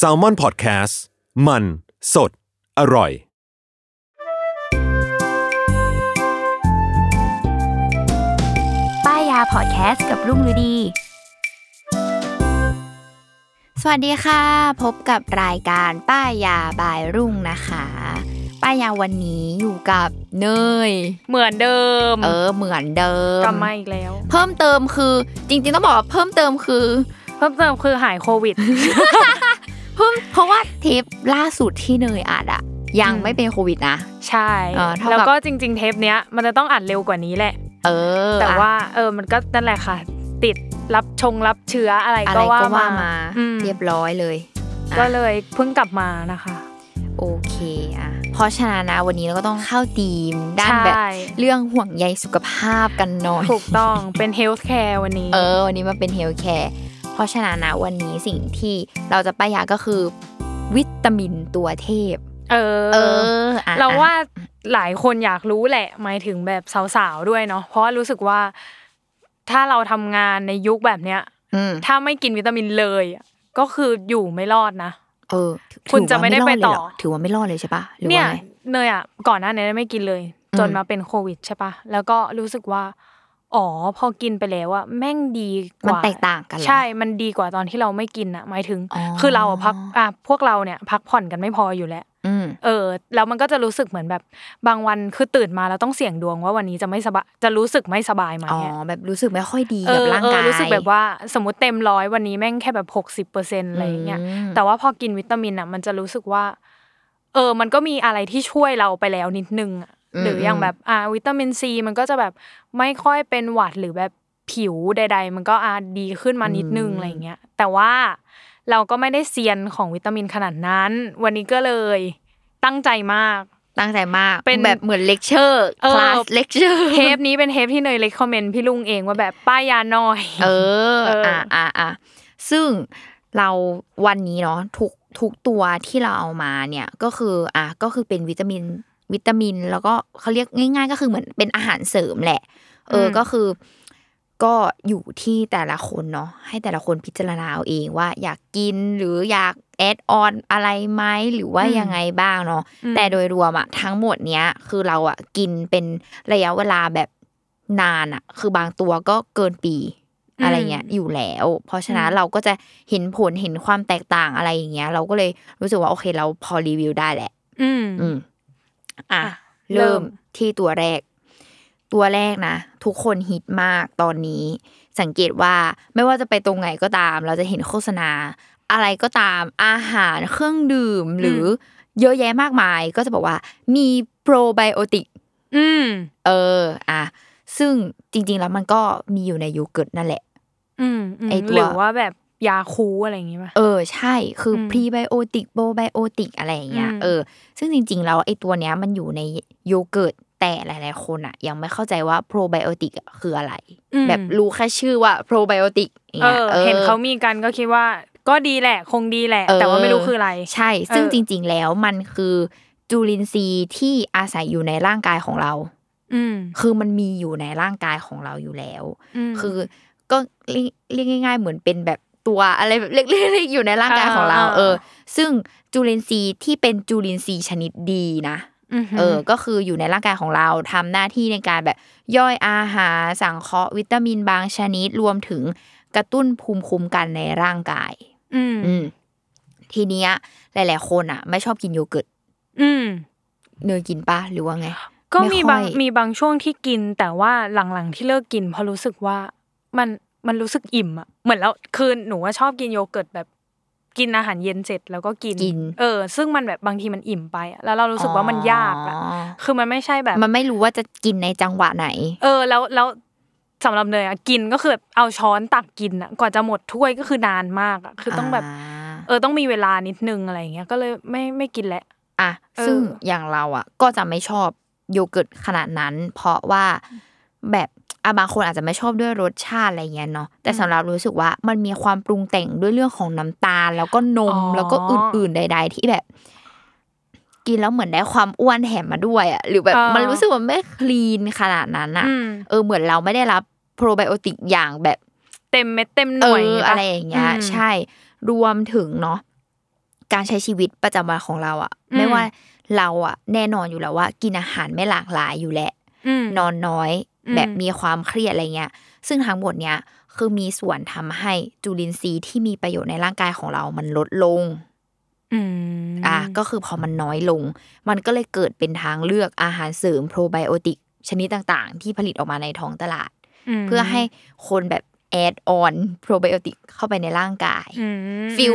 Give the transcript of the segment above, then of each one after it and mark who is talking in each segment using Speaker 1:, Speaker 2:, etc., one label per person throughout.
Speaker 1: s a l m o n PODCAST มัน สด อร่อย
Speaker 2: ป้ายยาพอดแคสต์กับรุ่งฤดี สวัสดีค่ะ พบกับรายการป้ายยาบายรุ่งนะคะ ป้ายยาวันนี้อยู่กับเนย
Speaker 3: เหมือนเดิม
Speaker 2: เออ เหมือนเดิม
Speaker 3: กลับมาอีกแล้ว
Speaker 2: เพิ่มเติมคือจริงๆต้องบอกว่าเพิ่มเติมคือ
Speaker 3: เพิ่มเติมคือหายโควิด
Speaker 2: เพิ่มเพราะว่าเทปล่าสุดที่เนยอัดอะยัง
Speaker 3: อืม
Speaker 2: ไม่เป็นโควิดนะ
Speaker 3: ใช่
Speaker 2: เออเท่ากับ
Speaker 3: แล้วก็จริง ๆ เทปเนี้ยมันจะต้องอัดเร็วกว่านี้แหละ
Speaker 2: เออ
Speaker 3: แต่
Speaker 2: อะ
Speaker 3: ว่าเออมันก็นั่นแหละค่ะ ติดรับชงรับเชื้ออะไร
Speaker 2: อะไร
Speaker 3: ก็
Speaker 2: ก็
Speaker 3: ว่า
Speaker 2: ว่า
Speaker 3: มา
Speaker 2: มา
Speaker 3: อืม
Speaker 2: เรียบร้อยเลย
Speaker 3: ก็เลยเพิ่งกลับมานะคะ
Speaker 2: โอเคอ่ะเพราะฉะนั้นนะวันนี้เราก็ต้องเข้าธีมด้านแบบ
Speaker 3: ใช่
Speaker 2: เรื่องห่วงใยสุขภาพกันหน่อย
Speaker 3: ถูกต้องเป็นเฮลท์แคร์วันนี้
Speaker 2: เออ วันนี้มาเป็นเฮลท์แคร์ เพราะฉะนั้นนะวันนี้สิ่งที่เราจะป้ายยาก็คือ วิตามินตัวเทพ
Speaker 3: เอ
Speaker 2: เอ
Speaker 3: อ
Speaker 2: ออ่ะ
Speaker 3: เราว่า
Speaker 2: อ่ะ
Speaker 3: หลายคนอยากรู้แหละหมายถึงแบบสาวๆด้วยเนาะเพราะว่ารู้สึกว่า ถ้าเราทำงานในยุคแบบเนี้ย
Speaker 2: อืม
Speaker 3: ถ้าไม่กินวิตามินเลยอะก็คืออยู่ไม่รอดนะ
Speaker 2: เออถือ
Speaker 3: คุณจะไม่ได้
Speaker 2: ว่า
Speaker 3: ไปต่
Speaker 2: ร
Speaker 3: อ
Speaker 2: ดเลยเหรถือว่าไม่รอดเลยใช่ปะหรือ
Speaker 3: เนี่ย
Speaker 2: ว่าไง
Speaker 3: เนยอ่ะก่อนหน้านี้ไม่กินเลย
Speaker 2: อืม
Speaker 3: จนมาเป็นโควิดใช่ปะแล้วก็รู้สึกว่า อ๋อพอกินไปแล้วอะแม่งดีก
Speaker 2: มัน
Speaker 3: ว่า
Speaker 2: แตกต่างกันเหรอ
Speaker 3: ใช่มันดีกว่าตอนที่เราไม่กินอะหมายถึง
Speaker 2: อ๋อ
Speaker 3: คือเราอะพักอ่ะพวกเราเนี่ย พักผ่อนกันไม่พออยู่แล้ว
Speaker 2: อืม
Speaker 3: เออแล้วมันก็จะรู้สึกเหมือนแบบบางวันคือตื่นมาแล้วต้องเสี่ยงดวงว่าวันนี้จะไม่สบายจะรู้สึกไม่สบายไหม
Speaker 2: อ๋อ
Speaker 3: อะ
Speaker 2: แบบรู้สึกไม่ค่อยดี
Speaker 3: เอ
Speaker 2: กับ
Speaker 3: อ
Speaker 2: ร่า
Speaker 3: เออก
Speaker 2: งาย
Speaker 3: รู้สึกแบบว่าสมมติเต็มร้อยวันนี้แม่งแค่แบบหกสิบเปอร์เซ็นต์อะไรอย่างเงี้ย
Speaker 2: ม
Speaker 3: แต่ว่าพอกินวิตามินอ่ะมันจะรู้สึกว่า เออ มันก็มีอะไรที่ช่วยเราไปแล้วนิดนึงอะหรืออย่างแบบอ่าวิตามินซีมันก็จะแบบไม่ค่อยเป็นหวัดหรือแบบผิวใด ๆ มันก็อ่าดีขึ้นมานิดนึงอะไรอย่างเงี้ย แต่ว่าเราก็ไม่ได้เซียนของวิตามินขนาดนั้น วันนี้ก็เลยตั้งใจมาก
Speaker 2: ตั้งใจมากเป็
Speaker 3: เป็
Speaker 2: น
Speaker 3: น
Speaker 2: แบบเหมือนเลคเชอร์
Speaker 3: เออ
Speaker 2: คลาสเลคเชอร์
Speaker 3: เทปนี้เป็นเทปที่เนยเลคคอมเมนต์พี่ลุงเองว่าแบบป้ายยาหน่อย
Speaker 2: เออ
Speaker 3: เอออ่
Speaker 2: อ่ะอ่ะอ่ะซึ่งเราวันนี้เนาะทุกทุกตัวที่เราเอามาเนี่ยก็คืออ่ะก็คือเป็นวิตามินวิตามิน แล้วก็เขาเรียกง่าย ๆ ก็คือเหมือนเป็นอาหารเสริมแหละ เอออ
Speaker 3: ม
Speaker 2: ก็คือก็อยู่ที่แต่ละคนเนาะให้แต่ละคนพิจารณาเอาเองว่าอยากกินหรืออยากแอดออนอะไรไหมหรือว่ายังไงบ้างเนาะ แต่โดยรวมอะทั้งหมดเนี้ยคือเราอะกินเป็นระยะเวลาแบบนานอะคือบางตัวก็เกินปี
Speaker 3: อืม
Speaker 2: อะไรเงี้ยอยู่แล้ว เพราะฉะนั้น
Speaker 3: อืม
Speaker 2: เราก็จะเห็นผลเห็นความแตกต่างอะไรอย่างเงี้ย เราก็เลยรู้สึกว่าโอเคเราพอรีวิวได้แหละ
Speaker 3: อืม
Speaker 2: อืมอ่ะ
Speaker 3: อ่ะเริ่
Speaker 2: เริ่ม
Speaker 3: ม
Speaker 2: ที่ตัวแรก ตัวแรกนะทุกคนฮิตมากตอนนี้ สังเกตว่าไม่ว่าจะไปตรงไหนก็ตาม เราจะเห็นโฆษณา อะไรก็ตามอาหารเครื่องดื่มหรืออเยอะแยะมากมายก็จะบอกว่ามีโปรไบโอติก
Speaker 3: อืม
Speaker 2: เอออ่ะซึ่งจริง ๆ แล้วมันก็มีอยู่ในโยูเกิร์ตนั่นแหละ
Speaker 3: อืมอืม
Speaker 2: ไอ้ตัว
Speaker 3: หรือว่าแบบยาคูอะไรอย่างงี้ป่ะ
Speaker 2: เออใช่คืออ
Speaker 3: ม
Speaker 2: พรีไบโอติกโปรไบโอติกอะไรอย่างเงี้ย
Speaker 3: อืม
Speaker 2: เออซึ่งจริง ๆ แล้วไอ้ตัวเนี้ยมันอยู่ในโยเกิร์ตแต่หลาย ๆ คนอ่ะ ยังไม่เข้าใจว่าโปรไบโอติกอะคืออะไร
Speaker 3: อืม
Speaker 2: แบบรู้แค่ชื่อว่าโปรไบโอติก
Speaker 3: เออเห็นเขามีกันก็คิดว่าก็ดีแหละ คงดีแหละ แต่ว่าไม่รู้คืออะไร
Speaker 2: ใช่ ซึ่ง
Speaker 3: เออ
Speaker 2: จริง ๆ แล้วมันคือจุลินทรีย์ที่อาศัยอยู่ในร่างกายของเรา
Speaker 3: อืม
Speaker 2: คือมันมีอยู่ในร่างกายของเราอยู่แล้ว
Speaker 3: ม
Speaker 2: คือก็เรียกเรียกง่าย ๆ เหมือนเป็นแบบตัวอะไรแบบเล็กๆอยู่ในร่างกายของเรา
Speaker 3: อ่า
Speaker 2: เออ ซึ่งจุลินทรีย์ที่เป็นจุลินทรีย์ชนิดดีนะ
Speaker 3: ม
Speaker 2: เออ ก็คืออยู่ในร่างกายของเราทำหน้าที่ในการแบบย่อยอาหารสังเคราะห์วิตามินบางชนิดรวมถึงกระตุ้นภูมิคุ้มกันในร่างกาย
Speaker 3: อืม
Speaker 2: อืมทีเนี้ยหลาย ๆ คนอ่ะ ไม่ชอบกินโยเกิร์ต
Speaker 3: อืม
Speaker 2: เนยกินปะหรือว่าไง
Speaker 3: ก็
Speaker 2: ไม่
Speaker 3: มี
Speaker 2: ค่อย
Speaker 3: บางมีบางช่วงที่กิน แต่ว่าหลังๆที่เลิกกินเพราะรู้สึกว่ามันมันรู้สึกอิ่มอะเหมือนแล้วคือหนูว่าชอบกินโยเกิร์ตแบบกินอาหารเย็นเสร็จแล้วก็กิน
Speaker 2: กิน
Speaker 3: เออ ซึ่งมันแบบบางทีมันอิ่มไปอะแล้วเรารู้สึกว่ามันยากอะ
Speaker 2: อ๋อ
Speaker 3: คือมันไม่ใช่แบบ
Speaker 2: มันไม่รู้ว่าจะกินในจังหวะไหน
Speaker 3: เออแล้วแล้ว สำหรับเนยอะกินก็คือแบบเอาช้อนตักกินอะกว่าจะหมดถ้วยก็คือนานมากอะคือต้องแบบ
Speaker 2: า
Speaker 3: เออต้องมีเวลานิดนึงอะไรอย่างเงี้ยก็เลยไม่ไม่กินแหละ
Speaker 2: อ่ะ
Speaker 3: เออ
Speaker 2: ซึ่งอย่างเราอ่ะ ก็จะไม่ชอบโยเกิร์ตขนาดนั้น เพราะว่าแบบอ่ะบางคนอาจจะไม่ชอบด้วยรสชาติอะไรเงี้ยเนาะแต่สำหรับรู้สึกว่ามันมีความปรุงแต่งด้วยเรื่องของน้ำตาล แล้วก็นมแล้วก็อื่นๆใด ๆ ที่แบบ กินแล้วเหมือนได้ความอ้วนแถมมาด้วยอ่ะหรือแบบ
Speaker 3: เออ
Speaker 2: มันรู้สึกว่าไม่คลีนขนาดนั้นอ่ะ
Speaker 3: อืม
Speaker 2: เออเหมือนเราไม่ได้รับโปรไบโอติกอย่างแบบ
Speaker 3: เต็มเม็ดเต็มห
Speaker 2: เอ
Speaker 3: น่วย
Speaker 2: อ
Speaker 3: ป
Speaker 2: อะไรอย่างเงี้ย
Speaker 3: อืม
Speaker 2: ใช่รวมถึงเนาะการใช้ชีวิตประจำวันของเราอะ
Speaker 3: อืม
Speaker 2: ไม่ว่าเราอะแน่นอนอยู่แล้วว่า กินอาหารไม่หลากหลายอยู่แหละ
Speaker 3: อืม
Speaker 2: นอนน้อย
Speaker 3: อืม
Speaker 2: แบบมีความเครียดอะไรเงี้ย ซึ่งทั้งหมดเนี้ยคือมีส่วนทำให้จุลินทรีย์ที่มีประโยชน์ในร่างกายของเรามันลดลง
Speaker 3: อืม
Speaker 2: อ่ะก็คือพอมันน้อยลง มันก็เลยเกิดเป็นทางเลือกอาหารเสริมโปรไบโอติกชนิดต่างๆ ที่ผลิตออกมาในท้องตลาด
Speaker 3: ม
Speaker 2: เพื่อให้คนแบบแอดออนโปรไบโอติกเข้าไปในร่างกาย
Speaker 3: อืม
Speaker 2: ฟิล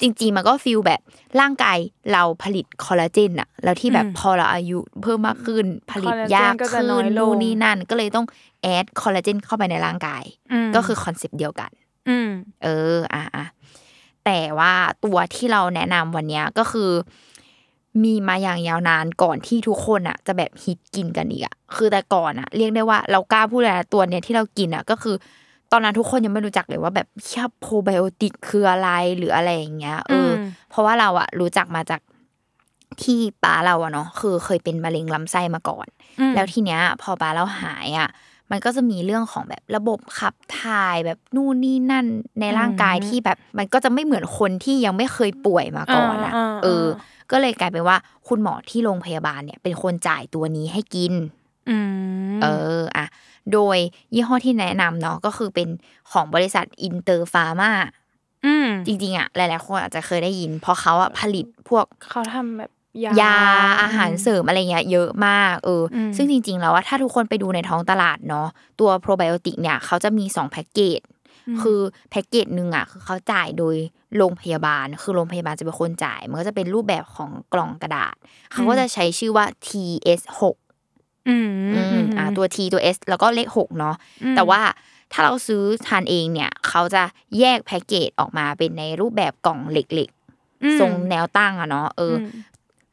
Speaker 2: จริงๆ มันก็ฟิลแบบร่างกายเราผลิตคอลลาเจนอะแล้วที่แบบ
Speaker 3: อืม
Speaker 2: พอเราอายุเพิ่มมากขึ้น ผลิตยาก
Speaker 3: คอลลาเจนก็จะ
Speaker 2: ขึ้น
Speaker 3: น้อยลง
Speaker 2: นู่นนี่นั่นก็เลยต้องแอดคอลลาเจนเข้าไปในร่างกาย
Speaker 3: ม
Speaker 2: ก็คือคอนเซปต์เดียวกัน
Speaker 3: อืม
Speaker 2: เอออ่ะอ่ะแต่ว่าตัวที่เราแนะนำวันเนี้ยก็คือ มีมาอย่างยาวนานก่อนที่ทุกคนอ่ะ จะแบบฮิตกินกันอีกอ่ะคือแต่ก่อนอ่ะเรียกได้ว่าเรากล้าพูดเลยนะตัวเนี้ยที่เรากินอ่ะก็คือ ตอนนั้นทุกคนยังไม่รู้จักเลยว่าแบบเหี้ยโปรไบโอติกคืออะไรหรืออะไรอย่างเงี้ยเอออ
Speaker 3: ม
Speaker 2: เพราะว่าเราอ่ะรู้จักมาจากที่ป้าเราอ่ะเนาะคือเคยเป็นมะเร็งลำไส้มาก่อน
Speaker 3: อืม
Speaker 2: แล้วทีเนี้ยพอปลาเราหายอ่ะ มันก็จะมีเรื่องของแบบระบบขับถ่ายแบบนู่นนี่นั่นในร่างกายที่แบบ มันก็จะไม่เหมือนคนที่ยังไม่เคยป่วยมาก่อนอ่ะ
Speaker 3: า
Speaker 2: เออ ก็เลยกลายเป็นว่าคุณหมอที่โรงพยาบาลเนี่ย เป็นคนจ่ายตัวนี้ให้กิน
Speaker 3: อืม
Speaker 2: เอออ่ะโดยยี่ห้อที่แนะนำเนาะก็คือเป็นของบริษัทอินเตอร์ฟาร์มา
Speaker 3: อืม
Speaker 2: จริงๆอ่ะหลายๆคนอาจจะเคยได้ยิน เพราะเขาอ่ะผลิตพวก
Speaker 3: เขาทำแบบยา
Speaker 2: ยาอาหารเสริมอะไรเงี้ยเยอะมากเอออ
Speaker 3: ม
Speaker 2: ซึ่งจริงๆแล้วว่าถ้าทุกคนไปดูในท้องตลาดเนาะตัวโปรไบโอติกเนี่ยเขาจะมี2แพ็กเกจ
Speaker 3: ม
Speaker 2: คือแพ็กเกจหนึ่งอ่ะคือเขาจ่ายโดยโรงพยาบาล คือโรงพยาบาลจะเป็นคนจ่าย มันก็จะเป็นรูปแบบของกล่องกระดาษ เขาก็จะใช้ชื่อว่า TS6
Speaker 3: อืม
Speaker 2: อืมอ่าตัว T ตัว S แล้วก็เลข6เนาะ แต่ว่าถ้าเราซื้อทานเองเนี่ยเขาจะแยกแพ็กเกจออกมาเป็นในรูปแบบกล่องเหล็ก
Speaker 3: อืม
Speaker 2: ๆทรงแนวตั้งอะเนาะเอออ
Speaker 3: ม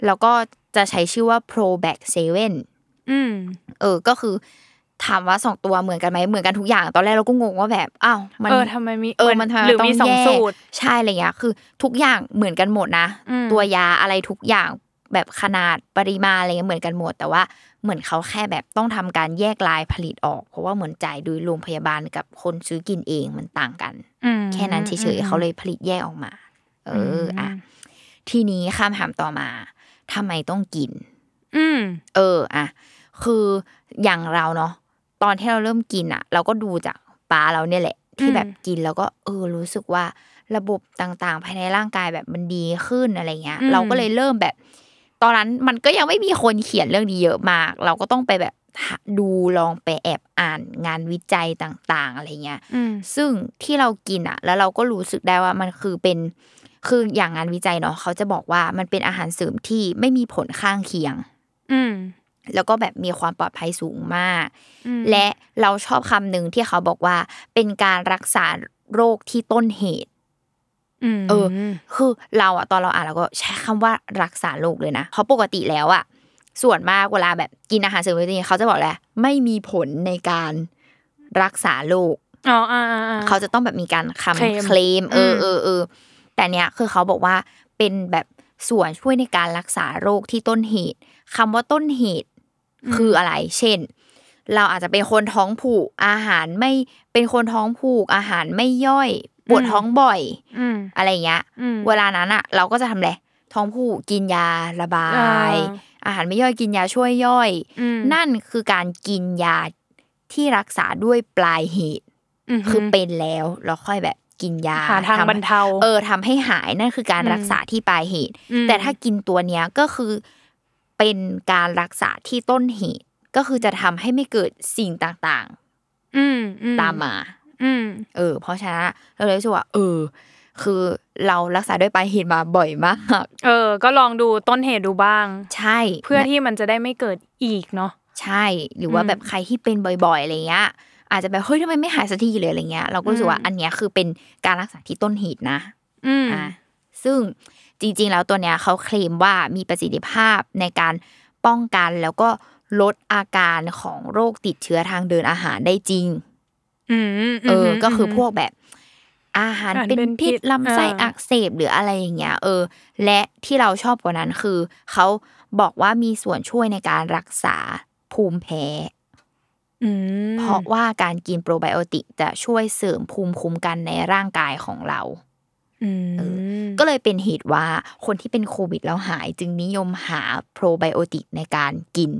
Speaker 2: แล้วก็จะใช้ชื่อว่า Pro Back 7
Speaker 3: อืม
Speaker 2: เออ ก็คือถามว่าสองตัวเหมือนกันไหมเหมือนกันทุกอย่าง ตอนแรกเราก็งงว่าแบบ อ้าว มัน
Speaker 3: เออทำไมมี
Speaker 2: เออมั
Speaker 3: มัน
Speaker 2: นทำไม
Speaker 3: หรือ
Speaker 2: ต้
Speaker 3: มีสอง
Speaker 2: แยก
Speaker 3: สูตร
Speaker 2: ใช่อะไรเงี้ย คือทุกอย่างเหมือนกันหมดนะ
Speaker 3: อืม
Speaker 2: ตัวยาอะไรทุกอย่างแบบขนาดปริมาณอะไรเงี้ยเหมือนกันหมด แต่ว่าเหมือนเขาแค่แบบต้องทำการแยกลายผลิตออก เพราะว่าเหมือนจ่ายโดยโรงพยาบาลกับคนซื้อกินเองมันต่างกัน
Speaker 3: อืม
Speaker 2: แค่นั้นเฉยๆเขาเลยผลิตแยกออกมา เออออ่ะทีนี้คำถามต่อมาทำไมต้องกิน
Speaker 3: อืม
Speaker 2: เอออะคืออย่างเราเนาะตอนที่เราเริ่มกินอะเราก็ดูจากป้าเราเนี่ยแหละ ที่
Speaker 3: อืม
Speaker 2: แบบกินแล้วก็เออรู้สึกว่าระบบต่างๆ ภายในร่างกายแบบมันดีขึ้นอะไรเงี้ย เราก็เลยเริ่มแบบ ตอนนั้นมันก็ยังไม่มีคนเขียนเรื่องนี้เยอะมาก เราก็ต้องไปแบบหาดูลองไปแอบอ่านงานวิจัยต่างๆอะไรเงี้ย
Speaker 3: อืม
Speaker 2: ซึ่งที่เรากินอ่ะ แล้วเราก็รู้สึกได้ว่ามันคือเป็นคืออย่างงานวิจัยเนาะเขาจะบอกว่ามันเป็นอาหารเสริมที่ไม่มีผลข้างเคียง
Speaker 3: อืม
Speaker 2: แล้วก็แบบมีความปลอดภัยสูงมาก
Speaker 3: อืม
Speaker 2: และเราชอบคำหนึ่งที่เขาบอกว่า เป็นการรักษาโรคที่ต้นเหตุ
Speaker 3: ม
Speaker 2: เออ คือเราอะตอนเราอ่านเราก็ใช้คำว่ารักษาโรคเลยนะ เพราะปกติแล้วอะส่วนมากเวลาแบบกินอาหารเสริมจริงเขาจะบอกแหละไรไม่มีผลในการรักษาโรค
Speaker 3: อ๋ออ่าอ่อ่
Speaker 2: เขาจะต้องแบบมีการ
Speaker 3: เคลม
Speaker 2: คำเคลมเออ
Speaker 3: ม
Speaker 2: เออเออแต่เนี้ยคือเขาบอกว่าเป็นแบบส่วนช่วยในการรักษาโรคที่ต้นเหตุคำว่าต้นเหตุคืออะไร เช่น เราอาจจะเป็นคนท้องผูกอาหารไม่เป็นคนท้องผูกอาหารไม่ย่อยปวดท้องบ่อย
Speaker 3: อืม
Speaker 2: อะไรเงี้ย
Speaker 3: อืม
Speaker 2: เวลานั้นอะเราก็จะทำอะไรท้องผูกกินยาระบา
Speaker 3: อ่า
Speaker 2: ย อาหารไม่ย่อยกินยาช่วยย่อย
Speaker 3: อืม
Speaker 2: นั่นคือการกินยาที่รักษาด้วยปลายเหตุ
Speaker 3: ม
Speaker 2: คือเป็นแล้วแล้วค่อยแบบกินยา
Speaker 3: หาทาง
Speaker 2: ำ
Speaker 3: บรรเทา
Speaker 2: เออทำให้หายนั่นคือการ
Speaker 3: อืม
Speaker 2: รักษาที่ปลายเหตุ
Speaker 3: ม
Speaker 2: แต่ถ้ากินตัวเนี้ยก็คือเป็นการรักษาที่ต้นเหตุ ก็คือจะทำให้ไม่เกิดสิ่งต่าง
Speaker 3: อืมอื
Speaker 2: ๆ ตามมา
Speaker 3: อืม
Speaker 2: เออ เพราะฉะนั้นเราเลยรู้สึกว่า เออ คือเรารักษาด้วยปลายเหตุมาบ่อยมาก
Speaker 3: เออ ก็ลองดูต้นเหตุดูบ้าง
Speaker 2: ใช่
Speaker 3: เพื่อที่มันจะได้ไม่เกิดอีกเนาะ
Speaker 2: ใช่ หรือว่า
Speaker 3: อืม
Speaker 2: แบบใครที่เป็นบ่อยๆอะไรเงี้ย อาจจะแบบเฮ้ยทำไมไม่หายสักทีเลยอะไรเงี้ยเราก็รู้สึกว่า
Speaker 3: อืม
Speaker 2: อันเนี้ยคือเป็นการรักษาที่ต้นเหตุนะ
Speaker 3: อืม
Speaker 2: อ่ะซึ่งจริงๆ แล้วตัวเนี้ยเขาเคลมว่ามีประสิทธิภาพในการป้องกันแล้วก็ลดอาการของโรคติดเชื้อทางเดินอาหารได้จริง
Speaker 3: อืม
Speaker 2: เอออ
Speaker 3: ม
Speaker 2: ก็คือพวกแบบอาหาร
Speaker 3: อาหาร
Speaker 2: เป็น
Speaker 3: เป็นพิ
Speaker 2: พิ
Speaker 3: ษ
Speaker 2: ษลำไส้
Speaker 3: เอออั
Speaker 2: อักเสบหรืออะไรอย่างเงี้ยเออ และที่เราชอบกว่านั้นคือ เขาบอกว่ามีส่วนช่วยในการรักษาภูมิแพ้
Speaker 3: อืม
Speaker 2: เพราะว่าการกินโปรไบโอติกจะช่วยเสริมภูมิคุ้มกันในร่างกายของเรา
Speaker 3: อืม
Speaker 2: ก็เลยเป็นเหตุว่าคนที่เป็นโควิดแล้วหายจึงนิยมหาโปรไบโอติกในการกิน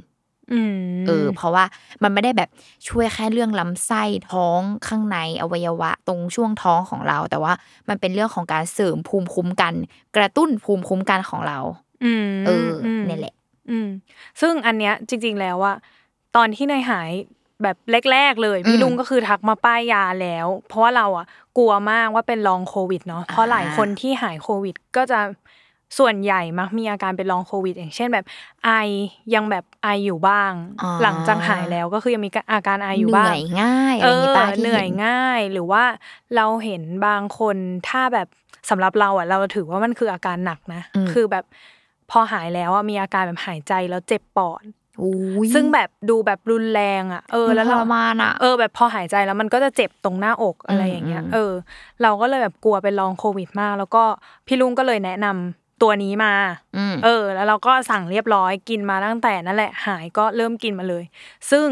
Speaker 3: อืม
Speaker 2: เออเพราะว่ามันไม่ได้แบบช่วยแค่เรื่องลำไส้ท้องข้างในอวัยวะตรงช่วงท้องของเรา แต่ว่ามันเป็นเรื่องของการเสริมภูมิคุ้มกัน กระตุ้นภูมิคุ้มกันของเรา
Speaker 3: อืม
Speaker 2: เอออ
Speaker 3: ม
Speaker 2: เนี่ยแหละ
Speaker 3: อืมซึ่งอันเนี้ยจริง ๆ แล้วอะตอนที่นายหายแบบแรก ๆ เลย
Speaker 2: อื
Speaker 3: พี่
Speaker 2: ม
Speaker 3: ลุงก็คือทักมาป้ายยาแล้ว เพราะว่าเราอะกลัวมากว่าเป็นลองโควิดเนาะเพราะหลายคนที่หายโควิดก็จะส่วนใหญ่มักมีอาการเป็นลองโควิด อย่างเช่นแบบไอยังแบบไออยู่บ้าง
Speaker 2: อ๋อ
Speaker 3: หลังจากหายแล้วก็คือยังมีอาการไออยู่
Speaker 2: เห
Speaker 3: บ้า
Speaker 2: นื่
Speaker 3: ง
Speaker 2: อยง่ายอะ
Speaker 3: เอ
Speaker 2: ไรอย่าง
Speaker 3: อ
Speaker 2: งี้ป้าที่
Speaker 3: เหนื่อย
Speaker 2: เห็น
Speaker 3: ง่ายหรือว่าเราเห็นบางคนถ้าแบบสำหรับเราอ่ะเราถือว่ามันคืออาการหนักนะ
Speaker 2: อืม
Speaker 3: คือแบบพอหายแล้วอ่ะมีอาการแบบหายใจแล้วเจ็บปอด
Speaker 2: อุ้ย
Speaker 3: ซึ่งแบบดูแบบรุนแรงอ่ะเออ
Speaker 2: มัน
Speaker 3: แล้ว
Speaker 2: ท
Speaker 3: เรา
Speaker 2: รมานอ่ะ
Speaker 3: เออแบบพอหายใจแล้วมันก็จะเจ็บตรงหน้าอกอะไร
Speaker 2: อืม
Speaker 3: อย่างเงี้ย
Speaker 2: อืม
Speaker 3: เออ เราก็เลยแบบกลัวเป็นลองโควิดมาก แล้วก็พี่ลุงก็เลยแนะนำตัวนี้มา
Speaker 2: ม
Speaker 3: เออ แล้วเราก็สั่งเรียบร้อยกินมาตั้งแต่นั่นแหละหายก็เริ่มกินมาเลย ซึ่ง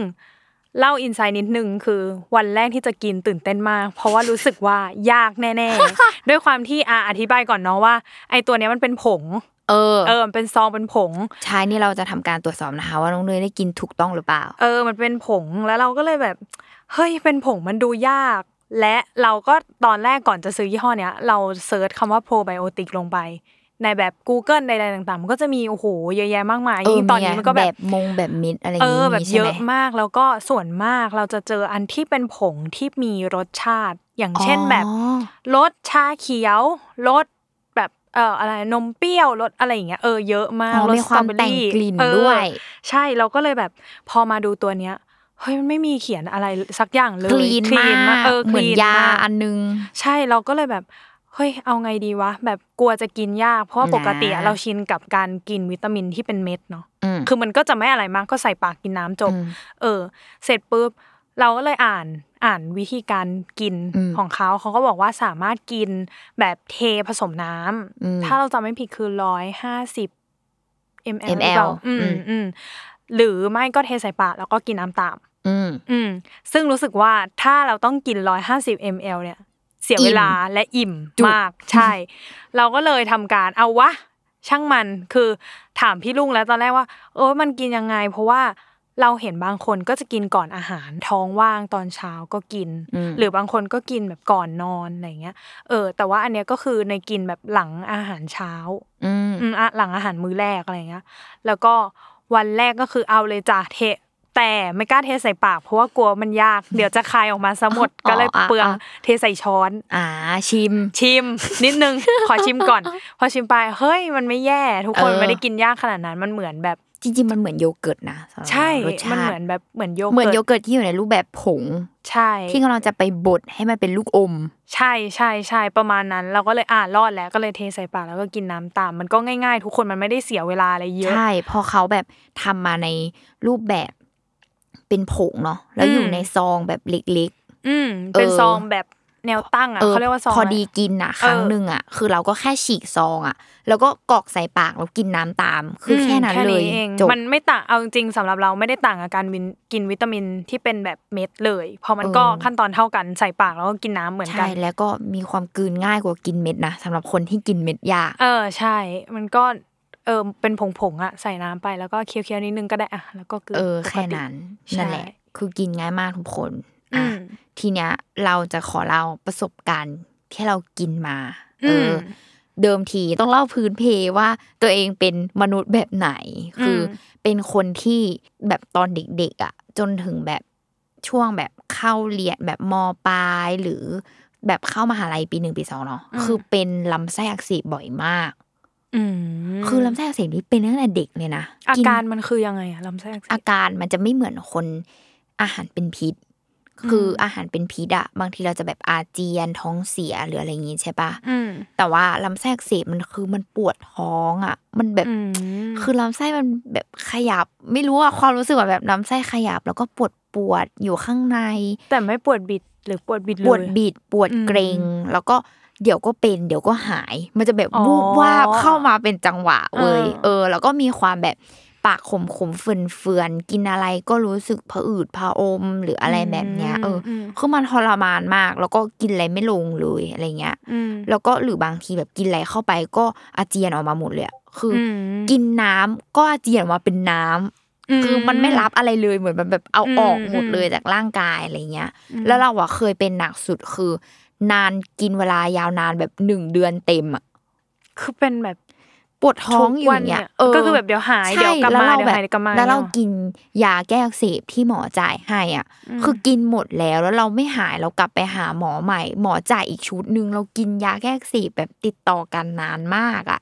Speaker 3: เล่าอินไซน์นิดนึงคือวันแรกที่จะกินตื่นเต้นมาก เพราะว่ารู้สึกว่ายากแน่ ๆ ด้วยความที่อาอธิบายก่อนเนาะว่า ไอตัวเนี้ยมันเป็นผง
Speaker 2: เออ
Speaker 3: เออมันเป็นซองเป็นผง
Speaker 2: ใช่นี่เราจะทำการตรวจสอบนะคะ ว่าน้องเนยได้กินถูกต้องหรือเปล่า
Speaker 3: เออ มันเป็นผง แล้วเราก็เลยแบบ เฮ้ย เป็นผงมันดูยาก และเราก็ตอนแรกก่อนจะซื้อยี่ห้อเนี้ย เราเซิร์ชคำว่าโปรไบโอติกลงไป ในแบบ Google ใดๆต่างๆ มันก็จะมี โอ้โห เยอะแยะมากมาย
Speaker 2: เออ
Speaker 3: ยิ่งตอนนี้
Speaker 2: ไง
Speaker 3: มันก็แบบ
Speaker 2: มงแบบมิดอะไรอย่า
Speaker 3: เอง อ
Speaker 2: งี้
Speaker 3: แบบ
Speaker 2: มีใช่
Speaker 3: เย
Speaker 2: ไหม
Speaker 3: อะมากแล้วก็ส่วนมากเราจะเจออันที่เป็นผงที่มีรสชาติ อย่างเช่นแบบ
Speaker 2: อ๋อ
Speaker 3: รสชาเขียวรสแบบเอ่ออะไรนมเปรี้ยวรสอะไรอย่างเงี้ยเออเยอะมาก
Speaker 2: อ๋อ
Speaker 3: รส
Speaker 2: มี
Speaker 3: ส
Speaker 2: ค
Speaker 3: ตร
Speaker 2: วา
Speaker 3: อ
Speaker 2: ม
Speaker 3: เบอ
Speaker 2: แต่ง
Speaker 3: รี่
Speaker 2: กลิ่น
Speaker 3: เออ
Speaker 2: ด้วย
Speaker 3: ใช่เราก็เลยแบบพอมาดูตัวเนี้ยเฮ้ยมันไม่มีเขียนอะไรสักอย่างเลย
Speaker 2: กลีนม
Speaker 3: มา
Speaker 2: าก
Speaker 3: เออ
Speaker 2: เหมือน
Speaker 3: clean
Speaker 2: ยาม
Speaker 3: ก
Speaker 2: อันนึง
Speaker 3: ใช่เราก็เลยแบบเฮ้ยเอาไงดีวะ แบบกลัวจะกินยาก เพราะว่า
Speaker 2: นะ
Speaker 3: ปกติอะเราชินกับการกินวิตามินที่เป็นเม็ดเนาะ
Speaker 2: อืม
Speaker 3: คือมันก็จะไม่อะไรมากก็ใส่ปากกินน้ำจบ
Speaker 2: อืม
Speaker 3: เออ เสร็จปุ๊บเราก็เลยอ่านอ่านวิธีการกิน
Speaker 2: อืม
Speaker 3: ของเขาเขาก็บอกว่าสามารถกินแบบเทผสมน้ำ
Speaker 2: อืม
Speaker 3: ถ้าเราจำไม่ผิดคือร้อยห้าสิบ ml ห
Speaker 2: ML
Speaker 3: รือเปล่าอืม
Speaker 2: อืม
Speaker 3: อืมหรือไม่ก็เทใส่ปากแล้วก็กินน้ำตาม
Speaker 2: อืม
Speaker 3: อืมซึ่งรู้สึกว่าถ้าเราต้องกิน 150 ml เนี่ย เสียเวลาและอิ่ม
Speaker 2: จุก
Speaker 3: มากใช่ เราก็เลยทำการเอาวะ ช่างมันคือถามพี่ลุงแล้วตอนแรกว่า เออมันกินยังไง เพราะว่าเราเห็นบางคนก็จะกินก่อนอาหารท้องว่างตอนเช้าก็กิน
Speaker 2: อืม
Speaker 3: หรือบางคนก็กินแบบก่อนนอนอะไรเงี้ยเออ แต่ว่าอันเนี้ยก็คือในกินแบบหลังอาหารเช้า
Speaker 2: อืม
Speaker 3: อืมอ่ะหลังอาหารมื้อแรกอะไรเงี้ย แล้วก็วันแรกก็คือเอาเลยจ้ะเทะแต่ไม่กล้าเทใส่ปากเพราะว่ากลัวมัน ยาก เดี๋ยวจะคายออกมาซะหมด
Speaker 2: อ๋อ
Speaker 3: ก็เลย
Speaker 2: อ่ะ
Speaker 3: เปลือง
Speaker 2: อ่ะ
Speaker 3: เทใส่ช้อน
Speaker 2: อ่าชิม
Speaker 3: ชิม นิดนึง ขอชิม ก่อน พอชิมไปเฮ้ยมันไม่แย่ ทุกคน
Speaker 2: เออ
Speaker 3: ไม่ได้กินยากขนาดนั้นมันเหมือนแบบ
Speaker 2: จริงๆ มันเหมือนโยเกิร์ตนะสำหรับ
Speaker 3: ใช่
Speaker 2: รส
Speaker 3: มัน
Speaker 2: ชา
Speaker 3: เหมื
Speaker 2: ติ
Speaker 3: อนแบบเหมือนโย
Speaker 2: เหมือนโย
Speaker 3: เกิร์ต
Speaker 2: เกิร์ตที่อยู่ในรูปแบบผง
Speaker 3: ใช่
Speaker 2: ที่กำลังจะไปบดให้มันเป็นลูกอม
Speaker 3: ใช่ใช่ใช่ประมาณนั้น เราก็เลยอ่ารอดแล้วก็เลยเทใส่ปากแล้วก็กินน้ำตาม มันก็ง่าย ๆ ทุกคนมันไม่ได้เสียเวลาอะไรเยอะ
Speaker 2: ใช่เพอเขาแบบทำมาในรูปแบบเป็นผงเนาะแล้วอยู่
Speaker 3: อืม
Speaker 2: ในซองแบบเล็ก
Speaker 3: อืมเป็น
Speaker 2: เออ
Speaker 3: ซองแบบแนวตั้ง
Speaker 2: ๆ
Speaker 3: อ่ะเขาเรียกว่าซอง
Speaker 2: พอะ
Speaker 3: ไร
Speaker 2: ดีกินอ่ะ ครั้ง
Speaker 3: เออ
Speaker 2: หนึ่งอ่ะ คือเราก็แค่ฉีกซองอ่ะ แล้วก็กรอกใส่ปากแล้วกินน้ำตาม คืออ
Speaker 3: ม
Speaker 2: แค่นั้นเลย
Speaker 3: อง
Speaker 2: จบ
Speaker 3: มันไม่ต่างเอาจริงๆสำหรับเราไม่ได้ต่างกับการวินกินวิตามินที่เป็นแบบเม็ดเลยเพอมันก็
Speaker 2: เออ
Speaker 3: ขั้นตอนเท่ากันใส่ปากแล้วก็กินน้ำเหมือนกั
Speaker 2: ใช่
Speaker 3: น
Speaker 2: แล้วก็มีความกลืนง่ายกว่ากินเม็ดนะสำหรับคนที่กินเม็ดยาก
Speaker 3: เออใช่ มันก็เออเป็นผงๆอ่ะใส่น้ำไปแล้วก็เคี้ยวๆนิดนึงก็ได้อ่ะแล้วก็กลืน
Speaker 2: เออ
Speaker 3: ปก
Speaker 2: แค่
Speaker 3: ติ
Speaker 2: นั้น
Speaker 3: ใช่
Speaker 2: นั่นแหละ คือกินง่ายมากทุกคน
Speaker 3: อื
Speaker 2: อ่ะ
Speaker 3: ม
Speaker 2: ทีเนี้ยเราจะขอเล่าประสบการณ์ที่เรากินมา
Speaker 3: อื
Speaker 2: เอ
Speaker 3: ม
Speaker 2: อเดิมทีต้องเล่าพื้นเพว่าตัวเองเป็นมนุษย์แบบไหน คืออ
Speaker 3: ม
Speaker 2: เป็นคนที่แบบตอนเด็กๆอ่ะ จนถึงแบบช่วงแบบเข้าเรียนแบบมปลายหรือแบบเข้ามหาลัยปีหนึ่งปีสองเนาะคือเป็นลำไส้อักเสบบ่อยมาก
Speaker 3: อืม
Speaker 2: คือลำไส้อักเสบนี่เป็นตั้งแต่เด็กเลยนะ
Speaker 3: อา
Speaker 2: กิน
Speaker 3: การมันคือยังไงอะลำไส้อักเส
Speaker 2: อา
Speaker 3: บ
Speaker 2: การมันจะไม่เหมือนคนอาหารเป็นพิษ คืออาหารเป็นพิษอะบางทีเราจะแบบอาเจียนท้องเสียหรืออะไรอย่างงี้ใช่ปะ
Speaker 3: อืม
Speaker 2: แต่ว่าลำไส้อักเสบมันคือมันปวดท้องอะมันแบบ
Speaker 3: อืม
Speaker 2: คือลำไส้มันแบบขยับ ไม่รู้อะความรู้สึกแบบแบบลำไส้ขยับ แล้วก็ปวดปวดๆอยู่ข้างใน
Speaker 3: แต่ไม่ปวดบิดหรือปวดบิดเลย
Speaker 2: ปวดบิดปวดเกรง แล้วก็เดี๋ยวก็เป็นเดี๋ยวก็หาย มันจะแบบ
Speaker 3: อ๋อ
Speaker 2: วูบวาบเข้ามาเป็นจังหวะเว้ย
Speaker 3: อ่า
Speaker 2: เออ แล้วก็มีความแบบปากขมขมเฟื่อนเฟือนๆกินอะไรก็รู้สึกผะอืดผะอมหรืออะไรแบบเนี้ยเอออ
Speaker 3: ม
Speaker 2: คือมันทรมานมาก แล้วก็กินอะไรไม่ลงเลยอะไรเงี้ย
Speaker 3: อืม
Speaker 2: แล้วก็หรือบางทีแบบกินอะไรเข้าไปก็อาเจียนออกมาหมดเลยอะคืออ
Speaker 3: อืม
Speaker 2: กินน้ำก็อาเจียนออกมาเป็นน้ำคือมันไม่รับอะไรเลยเหมือนมันแบบเอา
Speaker 3: อืม
Speaker 2: ออกหมดเลย
Speaker 3: อืม
Speaker 2: จากร่างกายอะไรเงี้ย
Speaker 3: อืม
Speaker 2: แล้วเราอะเคยเป็นหนักสุดคือ นานกินเวลายาวนานแบบหนึ่งเดือนเต็มอะ
Speaker 3: คือเป็นแบบ
Speaker 2: ปวดท้องอยู่อย่างเงี้ยเออ
Speaker 3: ก็คือแบบเดี๋ยวหาย
Speaker 2: ใช่
Speaker 3: เดี๋ยวกลับ
Speaker 2: แล้
Speaker 3: มาว
Speaker 2: เรา
Speaker 3: เดี๋ยว
Speaker 2: แบบ
Speaker 3: หายเดี๋ยวกลับมา
Speaker 2: แล้วเรา
Speaker 3: เนอะ
Speaker 2: กินยาแก้อักเสบที่หมอจ่ายให้อ่ะ
Speaker 3: ม
Speaker 2: คือกินหมดแล้วแล้วเราไม่หายเรากลับไปหาหมอใหม่ หมอจ่ายอีกชุดหนึ่งเรากินยาแก้อักเสบแบบติดต่อกันนานมากอ่ะ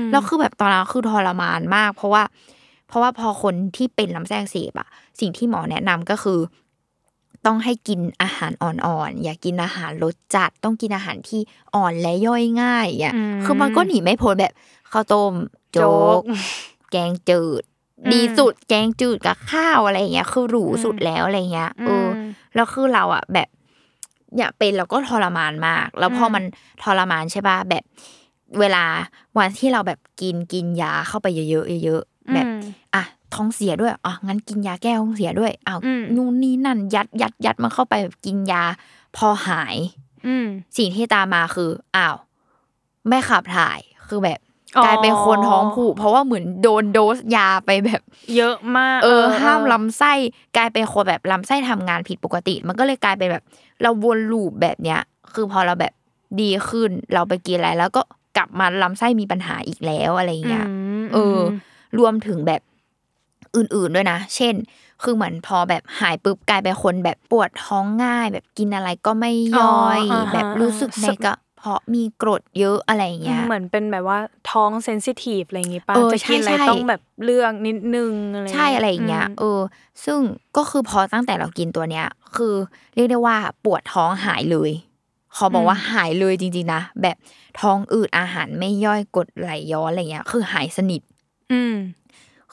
Speaker 3: ม
Speaker 2: แล้วคือแบบตอนนั้นคือทรมานมาก เพราะว่า เพราะว่าพอคนที่เป็นลำไส้อักเสบอะสิ่งที่หมอแนะนำก็คือ ต้องให้กินอาหารอ่อนๆอย่ากินอาหารรสจัด ต้องกินอาหารที่อ่อนและย่อยง่ายอย่างเงี้ย
Speaker 3: ม
Speaker 2: คือมันก็หนีไม่พ้นแบบข้าวต้มโจ๊
Speaker 3: โจ๊
Speaker 2: ก
Speaker 3: ก
Speaker 2: แกงจืด
Speaker 3: อืม
Speaker 2: ดีสุดแกงจืดกับข้าวอะไรอย่างเงี้ยคือหรู
Speaker 3: อืม
Speaker 2: สุดแล้วอะไรเงี้ยเอออ
Speaker 3: ม
Speaker 2: แล้วคือเราอะแบบ อยากเป็นเราก็ทรมานมาก แล้วพออ
Speaker 3: ม
Speaker 2: มันทรมานใช่ป่ะแบบ เวลาวันที่เราแบบกินกินยาเข้าไปเยอะๆเยอะๆแบบ
Speaker 3: อืม
Speaker 2: อ่ะท้องเสียด้วยอ่ะงั้นกินยาแก้ท้องเสียด้วยอ้าว
Speaker 3: อืม
Speaker 2: นู่นนี่นั่นยัดยัดยัดมันเข้าไปแบบกินยา พอหาย
Speaker 3: อืม
Speaker 2: สิ่งที่ตามมาคืออ้าว ไม่ขับถ่ายคือแบบ
Speaker 3: อ๋อ
Speaker 2: กลายเป็นคนท้องผูกเพราะว่าเหมือนโดนโดสยาไปแบบ
Speaker 3: เยอะมาก
Speaker 2: เออห้ามลำไส้กลายเป็นคนแบบลำไส้ทำงานผิดปกติ มันก็เลยกลายเป็นแบบ เราวนลูปแบบเนี้ย คือพอเราแบบดีขึ้นเราไปกินอะไร แล้วก็กลับมาลำไส้มีปัญหาอีกแล้วอะไรอย่างเงี้ย
Speaker 3: ม
Speaker 2: เออ รวมถึงแบบอื่นๆด้วยนะ เช่น คือเหมือนพอแบบหายปุ๊บกลายเป็นคนแบบปวดท้องง่าย แบบกินอะไรก็ไม่ย่อย
Speaker 3: าฮะ
Speaker 2: แบบรู้สึกในกระเพาะมีกรดเยอะอะไรอย่างเงี้ย
Speaker 3: เหมือนเป็นแบบว่าท้องเซนซิทีฟอะไรอย่างงี้ป่ะ
Speaker 2: เออ
Speaker 3: จะกินอะไร
Speaker 2: ใช่ใช่
Speaker 3: ต้องแบบเลือกนิดนึงอะไร
Speaker 2: ใช่อะไรอย่างเงี้ยเออ ซึ่งก็คือพอตั้งแต่เรากินตัวเนี้ย คือเรียกได้ว่าปวดท้องหายเลยขอบอกว่าหายเลยจริงๆนะแบบท้องอืดอาหารไม่ย่อยกรดไหลย้อนอะไรเงี้ย คือหายสนิท
Speaker 3: อืม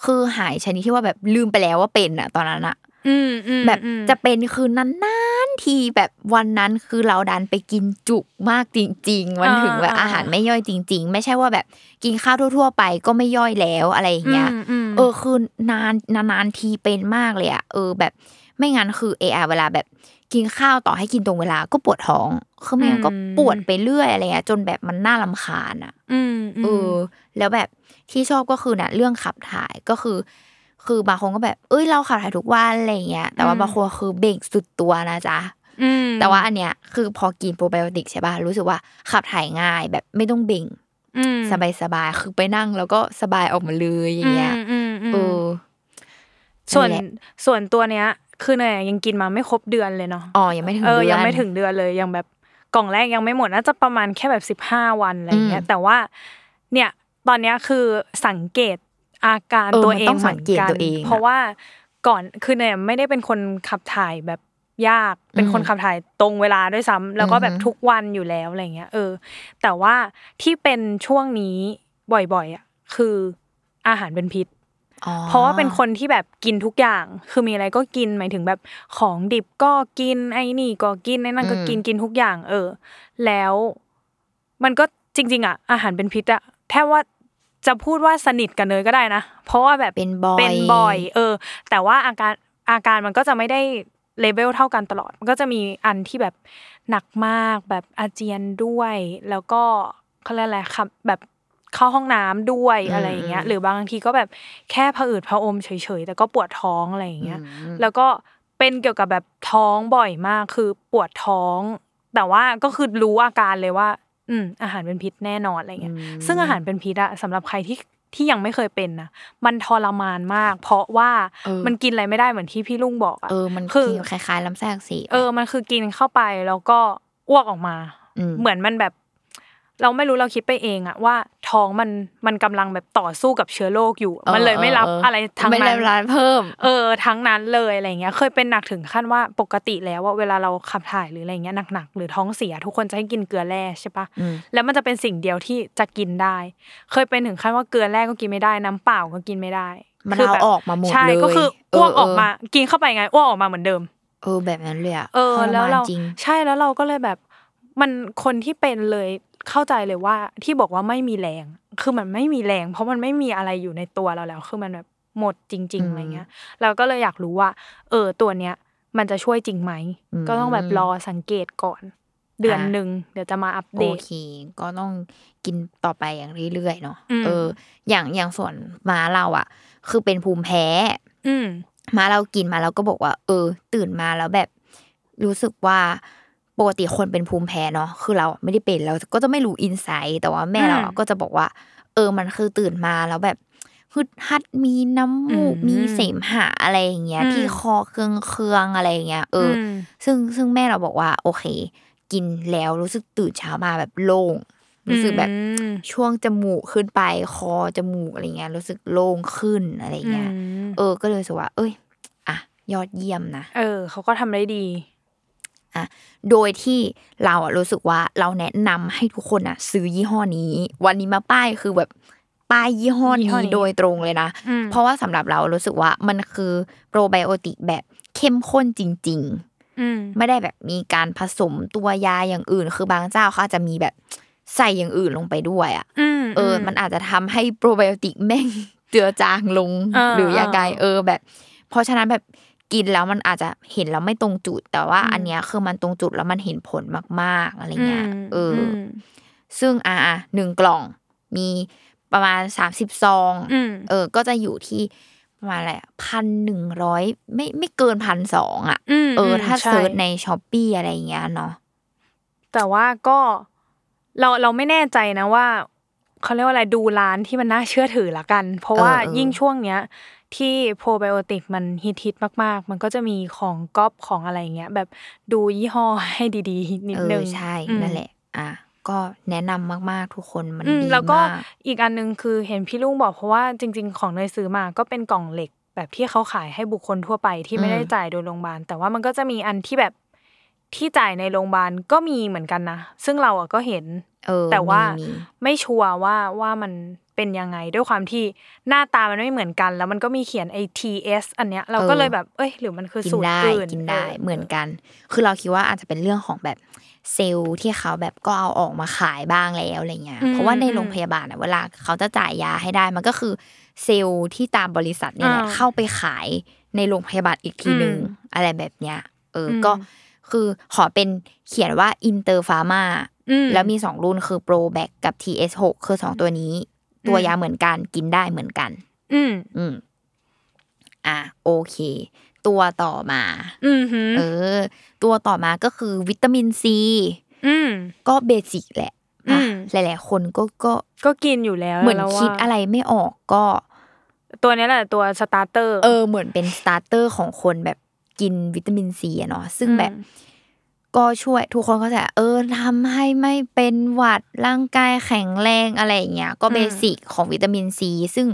Speaker 2: คือหายชนิดที่ว่าแบบลืมไปแล้วว่าเป็นอะตอนนั้นอะ
Speaker 3: อืมอืม
Speaker 2: แบบ
Speaker 3: อืม
Speaker 2: จะเป็นคืนนั้นนานๆทีแบบวันนั้นคือเราดันไปกินจุกมากจริง ๆ วันถึงแบบอาหารไม่ย่อยจริง ๆ ไม่ใช่ว่าแบบกินข้าวทั่ว ๆ ไปก็ไม่ย่อยแล้วอะไรอย่างเงี้ย
Speaker 3: มม
Speaker 2: เออคือนานนานๆทีเป็นมากเลยอะเออแบบไม่งั้นคือเอเวลาแบบกินข้าวต่อให้กินตรงเวลาก็ปวดท้องคือไม่งั้นก็ปวดไปเรื่อยอะไรเงี้ยจนแบบมันน่าลำคาญอะ
Speaker 3: อืมม
Speaker 2: เออ แล้วแบบที่ชอบก็คือนะเรื่องขับถ่ายก็คือ คือบางคนก็แบบ เอ้ยเราขับถ่ายทุกวันอะไรเงี้ย แต่ว่าบางคนคือเบ่งสุดตัวนะจ๊ะ
Speaker 3: ม
Speaker 2: แต่ว่าอันเนี้ยคือพอกินโปรไบโอติกใช่ป่ะรู้สึกว่าขับถ่ายง่ายแบบไม่ต้องเบ่ง
Speaker 3: อืม
Speaker 2: สบายๆคือไปนั่งแล้วก็สบายออกมาเลยอย่างเงี้ย
Speaker 3: อืมมม
Speaker 2: เออ
Speaker 3: ส่วน
Speaker 2: นั่นแหละ
Speaker 3: ส่วนตัวเนี้ย คือเนยอะยังกินมาไม่ครบเดือนเลยเนาะ
Speaker 2: อ๋อ ยังไม่ถึง
Speaker 3: เออ
Speaker 2: เดือน
Speaker 3: ยังไม่ถึงเดือนเลย ยังแบบกล่องแรกยังไม่หมด น่าจะประมาณแค่แบบสิบห้าวันอะไรอย่างเงี้ย แต่ว่า เนี่ย ตอนเนี้ยคือสังเกตอาการ
Speaker 2: เออ
Speaker 3: ตัว
Speaker 2: มัน
Speaker 3: เอ
Speaker 2: ต้
Speaker 3: ง
Speaker 2: อง
Speaker 3: เหมื
Speaker 2: สั
Speaker 3: อน
Speaker 2: งเกต
Speaker 3: กัน
Speaker 2: ตัวเองอะ
Speaker 3: เพราะว่าก่อน คือเนี่ยไม่ได้เป็นคนขับถ่ายแบบยาก เป็นคน
Speaker 2: อืม
Speaker 3: ขับถ่ายตรงเวลาด้วยซ้ำแล้วก็แบบ
Speaker 2: อือฮึ
Speaker 3: ทุกวันอยู่แล้วอะไรอย่างเงี้ย เออ แต่ว่าที่เป็นช่วงนี้บ่อยๆอ่ะ คืออาหารเป็นพิษ
Speaker 2: อ๋อ
Speaker 3: เพราะว่าเป็นคนที่แบบกินทุกอย่าง คือมีอะไรก็กิน หมายถึงแบบของดิบก็กิน ไอ้นี่ก็กิน ไอ้นั่นก็กิน กินทุกอย่าง เออ แล้วมันก็จริง ๆ อ่ะ อาหารเป็นพิษอะแทบว่าจะพูดว่าสนิทกันเลยก็ได้นะ เพราะว่าแบบ
Speaker 2: เป็นบ่อย
Speaker 3: เป็นบ่อย เออ แต่ว่าอาการอาการมันก็จะไม่ได้เลเวลเท่ากันตลอด มันก็จะมีอันที่แบบหนักมาก แบบอาเจียนด้วย แล้วก็เขาเรียกอะไรครับแบบเข้าห้องน้ำด้วยอะไรอย่างเงี้ย หรือบางทีก็แบบแค่ผะอืดผะอมเฉยๆ แต่ก็ปวดท้องอะไรอย่างเงี้ย
Speaker 2: ม
Speaker 3: แล้วก็เป็นเกี่ยวกับแบบท้องบ่อยมากคือปวดท้อง แต่ว่าก็คือรู้อาการเลยว่า อืมอาหารเป็นพิษแน่นอนอะไรเงี้ย ซึ่งอาหารเป็นพิษอะสำหรับใครที่ที่ยังไม่เคยเป็นนะมันทรมานมาก เพราะว่า
Speaker 2: เออ
Speaker 3: มันกินอะไรไม่ได้เหมือนที่พี่ลุงบอกอะ
Speaker 2: เออมัน
Speaker 3: คือ
Speaker 2: กินคล้ายๆลำไส้อักเสบ
Speaker 3: เออมันคือกินเข้าไปแล้วก็อ้วกออกมา
Speaker 2: ม
Speaker 3: เหมือนมันแบบ เราไม่รู้เราคิดไปเองอะว่า ท้องมันมันกำลังแบบต่อสู้กับเชื้อโรคอยู่
Speaker 2: ออ
Speaker 3: มันเลยไม่รับ
Speaker 2: เ
Speaker 3: อะไรทั้ง
Speaker 2: ไม่
Speaker 3: นั้
Speaker 2: ได้
Speaker 3: น
Speaker 2: รับเพิ่ม
Speaker 3: เออทั้งนั้นเลยอะไรเงี้ย เคยเป็นหนักถึงขั้นว่าปกติแล้วว่าเวลาเราขับถ่ายหรืออะไรเงี้ยหนักๆหรือท้องเสียทุกคนจะให้กินเกลือแร่ใช่ปะ
Speaker 2: อืม
Speaker 3: แล้วมันจะเป็นสิ่งเดียวที่จะกินได้ เคยเป็นถึงขั้นว่าเกลือแร่ก็กินไม่ได้น้ำเปล่าก็กินไม่ได้
Speaker 2: มัน
Speaker 3: คื
Speaker 2: เอา
Speaker 3: แบบ
Speaker 2: ออกมาหมดเลย
Speaker 3: ใช่ก็คือ
Speaker 2: เ
Speaker 3: อ้วกออกมากินเข้าไปไงอ้วกออกมาเหมือนเดิม
Speaker 2: เออแบบนั้นเลยอะ
Speaker 3: เออ
Speaker 2: ทมน
Speaker 3: แล้วเรา
Speaker 2: จริง
Speaker 3: ใช่แล้วเราก็เลยแบบมันคนที่เป็นเลยเข้าใจเลยว่าที่บอกว่าไม่มีแรง คือมันไม่มีแรง เพราะมันไม่มีอะไรอยู่ในตัวเราแล้ว คือมันแบบหมดจริง
Speaker 2: อืม
Speaker 3: ๆอะไรเงี้ยเราก็เลยอยากรู้ว่า เออตัวเนี้ย มันจะช่วยจริงไหม
Speaker 2: อืม
Speaker 3: ก็ต้องแบบรอสังเกตก่อน เดือน
Speaker 2: อ่ะ
Speaker 3: หนึ่งเดี๋ยวจะมาอัปเด
Speaker 2: โอ
Speaker 3: ต
Speaker 2: เค ก็ต้องกินต่อไปอย่างเรื่อยๆเนาะ
Speaker 3: อืม
Speaker 2: เออ อย่างอย่างส่วนม้าเราอะคือเป็นภูมิแพ้
Speaker 3: อืม
Speaker 2: มาเรากินมาเราก็บอกว่า เออ ตื่นมาแล้วแบบ รู้สึกว่าปกติคนเป็นภูมิแพ้เนาะคือเราไม่ได้เป็นเราก็จะไม่รู้อินไซต์แต่ว่าแม่เรา
Speaker 3: อืม
Speaker 2: ก็จะบอกว่า เออมันคือตื่นมาแล้วแบบฮึดฮัดมีน้ำมูก
Speaker 3: อืม
Speaker 2: มีเสมหะอะไรอย่างเงี้ย
Speaker 3: อืม
Speaker 2: ที่คอเคืองเคืองๆอะไรอย่างเงี้ยเอออ
Speaker 3: ม
Speaker 2: ซึ่งซึ่งแม่เราบอกว่า โอเค กินแล้วรู้สึกตื่นเช้ามาแบบโล่งรู้สึกแบบ
Speaker 3: อืม
Speaker 2: ช่วงจมูกขึ้นไปคอจมูกอะไรเงี้ยรู้สึกโล่งขึ้นอะไรอย่างเงี้ย
Speaker 3: ม
Speaker 2: เออ ก็เลยรู้สึกว่า เอ้ย อ่ะ ยอดเยี่ยมนะ
Speaker 3: เออเขาก็ทำได้ดี
Speaker 2: โดยที่เราอะรู้สึกว่าเราแนะนำให้ทุกคนอะซื้อยี่ห้อนี้ วันนี้มาป้ายคือแบบป้ายยี่ห้อ
Speaker 3: ยี่ห้อ
Speaker 2: นี้
Speaker 3: นี้
Speaker 2: โดยตรงเลยนะ
Speaker 3: อืม
Speaker 2: เพราะว่าสำหรับเรารู้สึกว่ามันคือโปรไบโอติกแบบเข้มข้นจริง
Speaker 3: อืม
Speaker 2: ๆ ไม่ได้แบบมีการผสมตัวยาอย่างอื่น คือบางเจ้าเขาอาจจะมีแบบใส่อย่างอื่นลงไปด้วยอะ
Speaker 3: ม
Speaker 2: เออ มันอาจจะทำให้โปรไบโอติกแม่ง เจือจางลง
Speaker 3: เออ
Speaker 2: หรือยังไง
Speaker 3: เออ
Speaker 2: เออแบบ เพราะฉะนั้นแบบกินแล้วมันอาจจะเห็นแล้วไม่ตรงจุด แต่ว่า
Speaker 3: อืม
Speaker 2: อันเนี้ยคือมันตรงจุดแล้วมันเห็นผลมาก ๆ อะไรเงี้ย
Speaker 3: ม
Speaker 2: เอออ
Speaker 3: ม
Speaker 2: ซึ่งอ่ะอ่ะหนึ่งกล่องมีประมาณสามสิบซอง
Speaker 3: อืม
Speaker 2: เออ ก็จะอยู่ที่ประมาณอะไรพันหนึ่งร้อยไม่ไม่เกินพันสองอ่ะ
Speaker 3: อืม
Speaker 2: เออ
Speaker 3: ม
Speaker 2: ถ้า
Speaker 3: ช่
Speaker 2: เซิร์ชในช้อปปี้อะไรเงี้ยเนาะ
Speaker 3: แต่ว่าก็เราเราไม่แน่ใจนะว่าเขาเรียกว่าอะไรดูร้านที่มันน่าเชื่อถือละกัน เพราะว่า
Speaker 2: เออเออ
Speaker 3: ยิ่งช่วงเนี้ย ที่โปรไบโอติกมันฮิตฮิตๆมาก ๆ มันก็จะมีของก๊อปของอะไรอย่างเงี้ยแบบดูยี่ห้อให้ดีๆ นิด
Speaker 2: เอ
Speaker 3: นึ
Speaker 2: อง ใช่
Speaker 3: อืม
Speaker 2: นั่นแหละ อ่ะก็แนะนำมากๆทุกคนมัน
Speaker 3: อืม
Speaker 2: ดี
Speaker 3: แล้วก็
Speaker 2: มาก
Speaker 3: อีกอันนึงคือเห็นพี่ลุงบอกเพราะว่าจริง ๆ ของเนยซื้อมาก็เป็นกล่องเหล็ก แบบที่เขาขายให้บุคคลทั่วไปที่ไม่
Speaker 2: อืม
Speaker 3: ได้จ่ายโดยโรงพยาบาลแต่ว่ามันก็จะมีอันที่แบบที่จ่ายในโรงพยาบาลก็มีเหมือนกันนะซึ่งเราอะก็เห็น
Speaker 2: เออ
Speaker 3: แต่ว่า
Speaker 2: มีมี
Speaker 3: ไม่ชัวร์ว่าว่ามันเป็นยังไงด้วยความที่หน้าตามันไม่เหมือนกัน แล้วมันก็มีเขียนไอ TS อันเนี้ยเราก็
Speaker 2: เออ
Speaker 3: เลยแบบเอ้ยหรือมันคือ
Speaker 2: กิน
Speaker 3: สูตร
Speaker 2: ได้
Speaker 3: อื่น
Speaker 2: กินได้
Speaker 3: ออ
Speaker 2: เหมือนกัน คือเราคิดว่าอาจจะเป็นเรื่องของแบบเซลล์ที่เขาแบบก็เอาออกมาขายบ้างแล้วอะไรเงี้ย เพราะว่าในโรงพยาบาลอะเวลาเขาจะจ่ายยาให้ได้มันก็คือเซลล์ที่ตามบริษัทเนี่ยแหละเข้าไปขายในโรงพยาบาลอีกทีนึงอะไรแบบเนี้ย เอออก็คือขอเป็นเขียนว่าอินเตอร์ฟาร์มา
Speaker 3: อื
Speaker 2: แล้วมี 2 รุ่นคือโปรแบ c กับ TS6 คือ 2 ตัวนี้ ตัวยาเหมือนกันกินได้เหมือนกัน
Speaker 3: อืม
Speaker 2: อืม อ่ะโอเค ตัวต่อมา
Speaker 3: อืมหืม
Speaker 2: เออ ตัวต่อมาก็คือวิตามินซี
Speaker 3: อืม
Speaker 2: ก็เบสิกแหละ
Speaker 3: อื
Speaker 2: อ่ะ
Speaker 3: ม
Speaker 2: หลาย ๆ คนก็ก็
Speaker 3: ก็กินอยู่แล้ว
Speaker 2: เหมือน
Speaker 3: แล้วว่า
Speaker 2: คิดอะไรไม่ออกก็
Speaker 3: ตัวเนี้ยแหละตัวสตาร์เตอร์
Speaker 2: เออเหมือนเป็นสตาร์เตอร์ของคนแบบกินวิตามินซีอะเนาะซึ่ง
Speaker 3: อืม
Speaker 2: แบบก็ช่วยทุกคนเขาใจะเออทำให้ไม่เป็นหวัดร่างกายแข็งแรงอะไรอย่างเงี้ยก็เบสิกของวิตามินซีซึ่ง